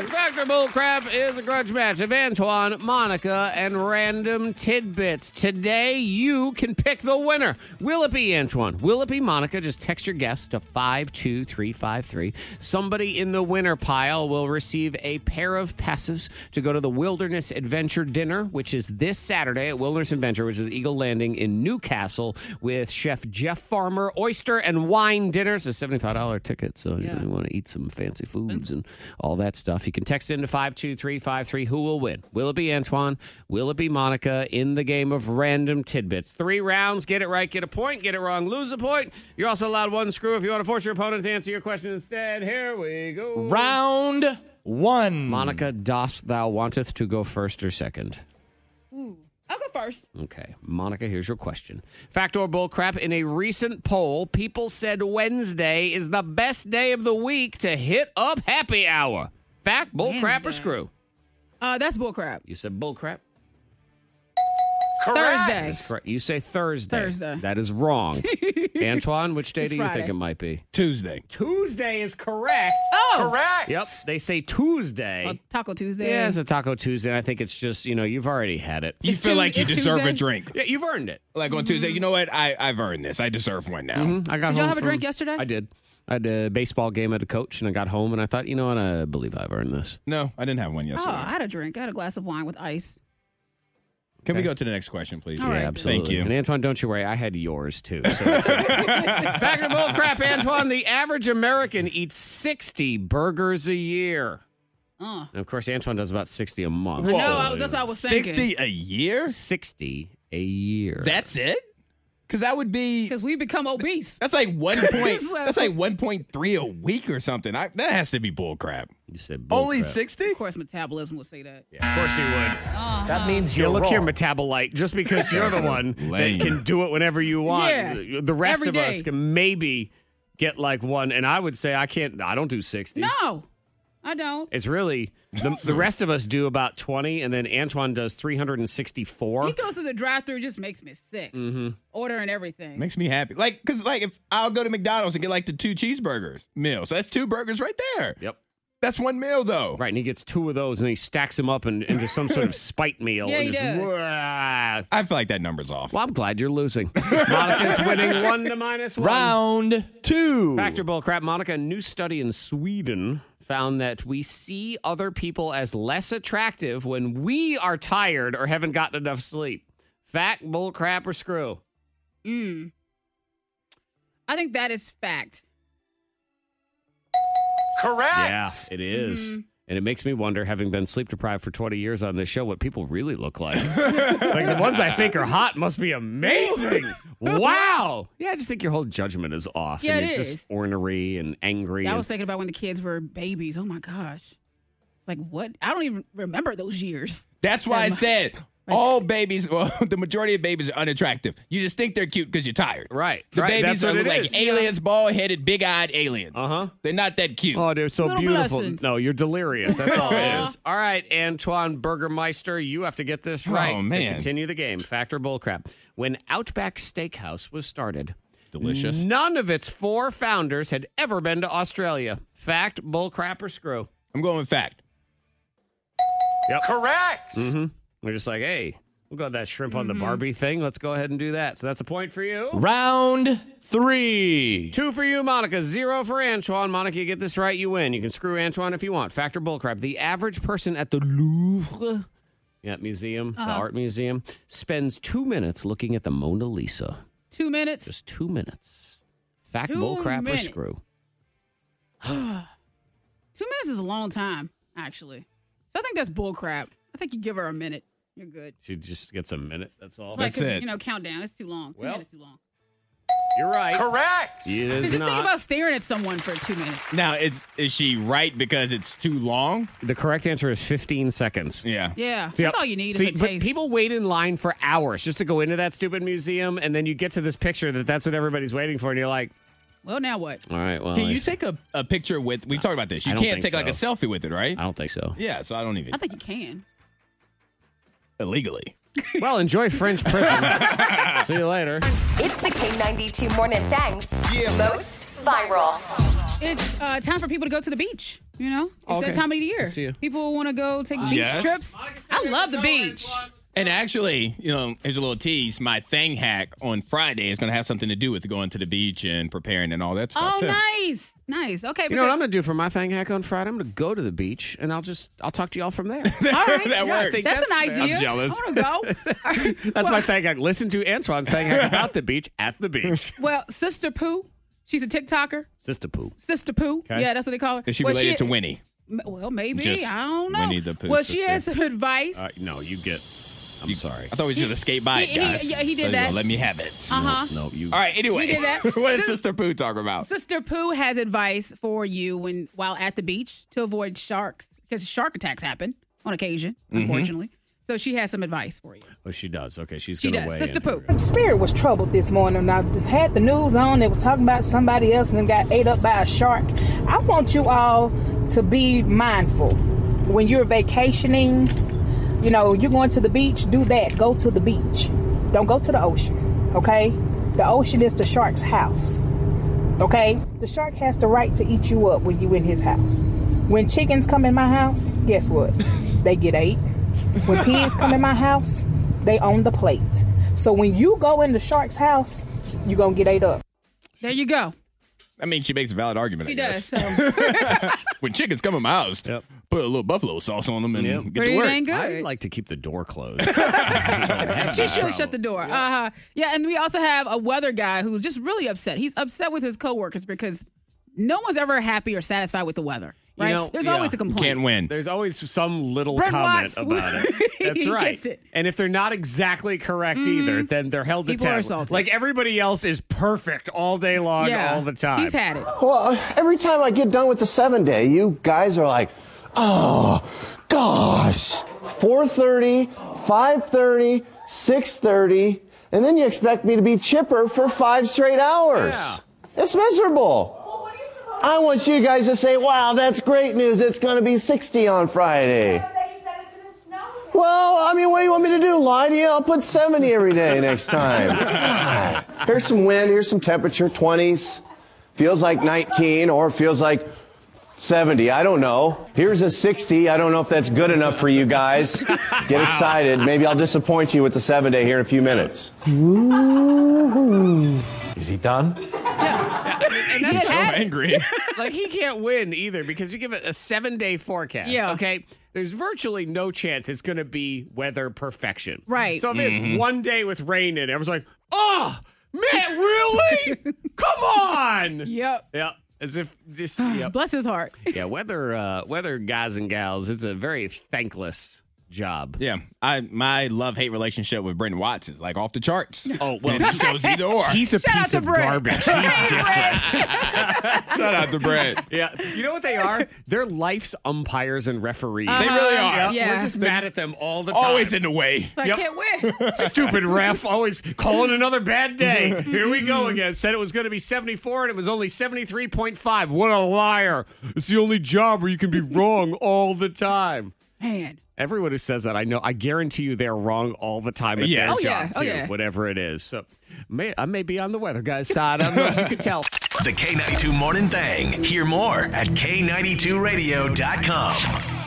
Speaker 6: Factor Bullcrap is a grudge match of Antoine, Monica, and random tidbits. Today, you can pick the winner. Will it be Antoine? Will it be Monica? Just text your guess to 52353. Somebody in the winner pile will receive a pair of passes to go to the Wilderness Adventure Dinner, which is this Saturday at Wilderness Adventure, which is Eagle Landing in Newcastle, with Chef Jeff Farmer oyster and wine dinner. So seventy-five dollar ticket. So
Speaker 13: Yeah.
Speaker 6: you want to eat some fancy foods and all that stuff. You can text into five two three five three. Who will win? Will it be Antoine? Will it be Monica in the game of random tidbits? Three rounds. Get it right. Get a point. Get it wrong. Lose a point. You're also allowed one screw if you want to force your opponent to answer your question instead. Here we go.
Speaker 13: Round one.
Speaker 6: Monica, dost thou wanteth to go first or second?
Speaker 5: Ooh, I'll go first.
Speaker 6: Okay. Monica, here's your question. Fact or bullcrap? In a recent poll, people said Wednesday is the best day of the week to hit up happy hour. Fact, bullcrap, or screw?
Speaker 5: Uh, that's bullcrap.
Speaker 6: You said bullcrap.
Speaker 5: Thursday.
Speaker 6: That's correct. You say Thursday.
Speaker 5: Thursday.
Speaker 6: That is wrong. Antoine, which day
Speaker 5: It's
Speaker 6: do you think
Speaker 5: Friday.
Speaker 6: it might be?
Speaker 2: Tuesday.
Speaker 6: Tuesday is correct.
Speaker 5: Oh.
Speaker 6: Correct. Yep. They say Tuesday.
Speaker 5: Oh, Taco Tuesday.
Speaker 6: Yeah, it's a Taco Tuesday. and I think it's just, you know, you've already had it.
Speaker 2: You feel like you deserve a drink.
Speaker 6: Yeah, you've earned it.
Speaker 2: Like on Tuesday, you know what? I, I've earned this. I deserve one now.
Speaker 6: Mhm. I got
Speaker 5: Mm-hmm. Did
Speaker 6: home
Speaker 5: y'all have a
Speaker 6: from-
Speaker 5: drink yesterday?
Speaker 6: I did. I had a baseball game at a coach, and I got home, and I thought, you know what? I believe I've earned this.
Speaker 2: No, I didn't have one
Speaker 5: Oh,
Speaker 2: yesterday.
Speaker 5: I had a drink. I had a glass of wine with ice.
Speaker 2: Can we go to the next question, please?
Speaker 6: yeah, absolutely.
Speaker 2: Thank you.
Speaker 6: And Antoine, don't you worry, I had yours too. So that's okay. Back to bull crap, Antoine. The average American eats sixty burgers a year.
Speaker 5: Uh.
Speaker 6: And of course, Antoine does about sixty a
Speaker 5: I
Speaker 6: month.
Speaker 5: know. I was, that's what I was thinking.
Speaker 2: 60 a year?
Speaker 6: Sixty a year.
Speaker 2: That's it? Because that would be.
Speaker 5: Because we become obese.
Speaker 2: That's like one point.
Speaker 5: So-
Speaker 2: that's like one point three a week or something. I, that has to be bull crap.
Speaker 6: You said
Speaker 5: oh,
Speaker 2: Only sixty.
Speaker 5: Of course, metabolism would say that.
Speaker 6: Of course he would.
Speaker 5: Uh-huh.
Speaker 6: Yeah, look here, metabolite. Just because you're the one
Speaker 2: Lame.
Speaker 6: that can do it whenever you want, uh,
Speaker 5: Yeah.
Speaker 6: the rest
Speaker 5: Every
Speaker 6: of
Speaker 5: day.
Speaker 6: us can maybe get like one. And I would say I can't. I don't do sixty.
Speaker 5: No, I don't.
Speaker 6: It's really the, the rest of us do about twenty, and then Antoine does three hundred and
Speaker 5: He
Speaker 6: sixty-four.
Speaker 5: goes to the drive-through, just makes me sick.
Speaker 6: Mm-hmm.
Speaker 5: Ordering everything.
Speaker 2: Makes me happy. Like, cause like if I'll go to McDonald's and get like the two cheeseburgers meal, so that's two burgers right there.
Speaker 6: Yep.
Speaker 2: That's one meal though.
Speaker 6: Right, and he gets two of those, and he stacks them up in, into some sort of spite meal.
Speaker 5: Yeah,
Speaker 6: and
Speaker 5: he
Speaker 6: just,
Speaker 5: does.
Speaker 6: "Wah."
Speaker 2: I feel like that number's off.
Speaker 6: Well, I'm glad you're losing. Monica's winning one to minus one.
Speaker 13: Round two.
Speaker 6: Factor bull crap, Monica. A new study in Sweden found that we see other people as less attractive when we are tired or haven't gotten enough sleep. Fact, bull crap, or screw?
Speaker 5: Mm. I think that is fact.
Speaker 2: Correct.
Speaker 6: Yeah, it
Speaker 5: Mm-hmm.
Speaker 6: is. And it makes me wonder, having been sleep deprived for 20 years on this show, what people really look like. like the ones I think are hot must be amazing. Wow. Yeah, I just think your whole judgment is off.
Speaker 5: Yeah,
Speaker 6: and
Speaker 5: it
Speaker 6: you're
Speaker 5: is.
Speaker 6: just ornery and angry.
Speaker 5: Yeah, I
Speaker 6: and-
Speaker 5: was thinking about when the kids were babies. Oh my gosh. It's like, what? I don't even remember those years.
Speaker 2: That's why I
Speaker 5: Um,
Speaker 2: said All babies, well, the majority of babies are unattractive. You just think they're cute because you're tired.
Speaker 6: Right.
Speaker 2: The
Speaker 6: Right,
Speaker 2: babies
Speaker 6: that's
Speaker 2: are
Speaker 6: what it
Speaker 2: like
Speaker 6: is.
Speaker 2: aliens, bald headed, big eyed aliens. Uh
Speaker 6: huh.
Speaker 2: They're not that cute.
Speaker 6: Oh, they're so
Speaker 2: Little
Speaker 6: beautiful.
Speaker 2: blessings.
Speaker 6: No, you're delirious. That's all it
Speaker 2: Aw.
Speaker 6: is. All right, Antoine Burgermeister, you have to get this
Speaker 2: Oh,
Speaker 6: right. to
Speaker 2: man.
Speaker 6: continue the game. Factor bullcrap. When Outback Steakhouse was started,
Speaker 2: Delicious.
Speaker 5: Mm-hmm.
Speaker 6: None of its four founders had ever been to Australia. Fact, bullcrap, or screw?
Speaker 2: I'm going with fact.
Speaker 6: Yep. Correct. hmm We're just like, hey, we'll go that shrimp
Speaker 2: Mm-hmm.
Speaker 6: on the Barbie thing. Let's go ahead and do that. So that's a point for you.
Speaker 13: Round three.
Speaker 6: Two for you, Monica. Zero for Antoine. Monica, you get this right, you win. You can screw Antoine if you want. Factor bullcrap. The average person at the Louvre, that museum, the
Speaker 5: Uh-huh.
Speaker 6: art museum, spends two minutes looking at the Mona Lisa.
Speaker 5: Two minutes.
Speaker 6: Just two minutes. Fact,
Speaker 5: Two
Speaker 6: bullcrap,
Speaker 5: minutes.
Speaker 6: or screw?
Speaker 5: Two minutes is a long time, actually. So I think that's bull crap. I think you give her a minute. You're good.
Speaker 6: She just gets a minute. That's all.
Speaker 5: It's like, it's, you know, countdown. It's too long. Two
Speaker 6: Well,
Speaker 5: minutes too long.
Speaker 6: You're right.
Speaker 2: Correct.
Speaker 6: It
Speaker 5: Just think about staring at someone for two minutes.
Speaker 2: now, it's is she right because it's too long?
Speaker 6: The correct answer is 15 seconds.
Speaker 2: Yeah.
Speaker 5: Yeah.
Speaker 6: Yep.
Speaker 5: That's all you need
Speaker 6: See,
Speaker 5: is a
Speaker 6: but
Speaker 5: taste.
Speaker 6: people wait in line for hours just to go into that stupid museum, and then you get to this picture that that's what everybody's waiting for, and you're like,
Speaker 5: well, now what?
Speaker 6: all right, well,
Speaker 2: Can
Speaker 6: I-
Speaker 2: you take a, a picture with? We talked about this.
Speaker 6: I
Speaker 2: You
Speaker 6: don't
Speaker 2: can't
Speaker 6: think
Speaker 2: take like a
Speaker 6: so.
Speaker 2: selfie with it, right?
Speaker 6: I don't think so.
Speaker 2: Yeah, so I don't even
Speaker 5: I think you can.
Speaker 2: illegally.
Speaker 6: Well, enjoy French prison. See you later.
Speaker 7: It's the K92 Morning Thanks most viral.
Speaker 5: It's uh, time for people to go to the beach. You know, it's
Speaker 2: Okay.
Speaker 5: that time of the year.
Speaker 2: I see you.
Speaker 5: People want to go take beach
Speaker 2: Yes.
Speaker 5: trips. I love the beach.
Speaker 2: And actually, you know, here's a little tease. My thing hack on Friday is going to have something to do with going to the beach and preparing and all that stuff.
Speaker 5: Oh,
Speaker 2: too.
Speaker 5: nice, nice. Okay,
Speaker 6: You know what I'm
Speaker 5: because-
Speaker 6: going to do for my thing hack on Friday? I'm going to go to the beach, and I'll just I'll talk to y'all from
Speaker 5: All
Speaker 6: there.
Speaker 5: right.
Speaker 6: That
Speaker 5: Yeah, I
Speaker 6: works.
Speaker 5: think That's,
Speaker 6: That's
Speaker 5: an
Speaker 6: fair.
Speaker 5: idea.
Speaker 6: I'm jealous.
Speaker 5: I want to go.
Speaker 6: That's my thing hack. Listen to Antoine's thing hack about the beach at the beach.
Speaker 5: Well, Sister Pooh, she's a TikToker.
Speaker 6: Sister Pooh.
Speaker 5: Sister Pooh.
Speaker 6: Okay.
Speaker 5: Yeah, that's what they call her.
Speaker 2: Is she
Speaker 5: Well,
Speaker 2: related to Winnie?
Speaker 5: M- Well, maybe.
Speaker 2: Just
Speaker 5: I don't know.
Speaker 2: Winnie the Pooh
Speaker 5: Well, she
Speaker 2: sister.
Speaker 5: has some advice.
Speaker 6: Uh, no, you get. I'm sorry.
Speaker 2: I thought we was going to skate by it,
Speaker 5: he- he-
Speaker 2: guys.
Speaker 5: yeah, he did
Speaker 2: So, you know,
Speaker 5: that.
Speaker 2: let me have it.
Speaker 5: Uh-huh.
Speaker 6: No, you.
Speaker 2: All right. Anyway,
Speaker 5: He did that.
Speaker 2: what is
Speaker 5: Sis-
Speaker 2: Sister Pooh talking about?
Speaker 5: Sister Pooh has advice for you when while at the beach to avoid sharks because shark attacks happen on occasion,
Speaker 6: Mhm.
Speaker 5: unfortunately. So she has some advice for you.
Speaker 6: Oh, she does. Okay, she's
Speaker 5: She
Speaker 6: going to
Speaker 5: does.
Speaker 6: weigh
Speaker 5: Sister
Speaker 6: in.
Speaker 5: Pooh.
Speaker 12: Spirit was troubled this morning. I had the news on. It was talking about somebody else and then got ate up by a shark. I want you all to be mindful when you're vacationing. You know, you're going to the beach. Do that. Go to the beach. Don't go to the ocean. Okay. The ocean is the shark's house. Okay. The shark has the right to eat you up when you in his house. When chickens come in my house, guess what? They get ate. When pigs come in my house, they own the plate. So when you go in the shark's house, you gonna get ate up.
Speaker 5: There you go.
Speaker 2: I mean, she makes a valid argument.
Speaker 5: She
Speaker 2: I guess.
Speaker 5: does. So
Speaker 2: When chickens come in my house, put a little buffalo sauce on them and get
Speaker 5: Pretty
Speaker 2: to work.
Speaker 5: dang good.
Speaker 6: I like to keep the door closed.
Speaker 5: she should shut the door. Yeah. Uh-huh. Yeah, and we also have a weather guy who's just really upset. He's upset with his coworkers because no one's ever happy or satisfied with the weather. Right? There's always a complaint.
Speaker 2: win.
Speaker 6: There's always some little
Speaker 5: Brett
Speaker 6: comment
Speaker 5: Watts,
Speaker 6: about it. That's
Speaker 5: he
Speaker 6: right.
Speaker 5: gets it. Mm-hmm.
Speaker 6: And if they're not exactly correct either, then they're held to
Speaker 5: People are
Speaker 6: tag-
Speaker 5: salty.
Speaker 6: Like everybody else is perfect all day long,
Speaker 5: Yeah.
Speaker 6: all the time.
Speaker 5: He's had it.
Speaker 14: Well, every time I get done with the seven day, you guys are like, oh, gosh. 4.30, 5.30, 6.30, and then you expect me to be chipper for five straight hours. It's miserable. I want you guys to say, wow, that's great news. It's going to be 60 on Friday. Well, I mean, what do you want me to do? Lie to you? I'll put 70 every day next time. God. Here's some wind, here's some temperature, 20s. Feels like 19 or feels like 70. I don't know. Here's a 60. I don't know if that's good enough for you guys. Get excited. Maybe I'll disappoint you with the seven day here in a few minutes. Is he done?
Speaker 6: And
Speaker 5: He's so
Speaker 6: had it.
Speaker 2: angry.
Speaker 6: like he can't win either because you give it a seven day forecast.
Speaker 5: Yeah.
Speaker 6: Okay. There's virtually no chance it's going to be weather perfection.
Speaker 5: Right.
Speaker 6: So if
Speaker 5: Mhm.
Speaker 6: it's one day with rain in it, everyone's like, oh, man, really? Come on.
Speaker 5: Yep.
Speaker 6: Yep. As if this. Yep.
Speaker 5: Bless his heart.
Speaker 6: yeah. Weather, uh, weather guys and gals, it's a very thankless job.
Speaker 2: Yeah, I my love hate relationship with Brendan Watts is like off the charts.
Speaker 6: Oh
Speaker 2: well, it goes either or.
Speaker 6: He's a piece of garbage. He's different.
Speaker 2: Shout out to Brett.
Speaker 6: Yeah, you know what they are? They're life's umpires and referees.
Speaker 5: Uh-huh.
Speaker 2: They really are.
Speaker 6: Yeah,
Speaker 2: Yeah.
Speaker 6: We're just mad at them all the time.
Speaker 2: Always in the way.
Speaker 5: I
Speaker 6: Yep.
Speaker 5: can't win.
Speaker 6: Stupid ref, always calling another bad day. Here we go again. Said it was going to be 74 and it was only 73.5. What a liar. It's the only job where you can be wrong all the time.
Speaker 5: Man.
Speaker 6: Everyone who says that, I know, I guarantee you they're wrong all the time at
Speaker 2: Yes. Oh,
Speaker 6: their
Speaker 2: yeah.
Speaker 6: job,
Speaker 2: Oh,
Speaker 6: too,
Speaker 2: yeah.
Speaker 6: whatever it is. So may, I may be on the weather guy's side. I don't know if you can tell.
Speaker 1: The K92 Morning Thang. Hear more at K92Radio.com.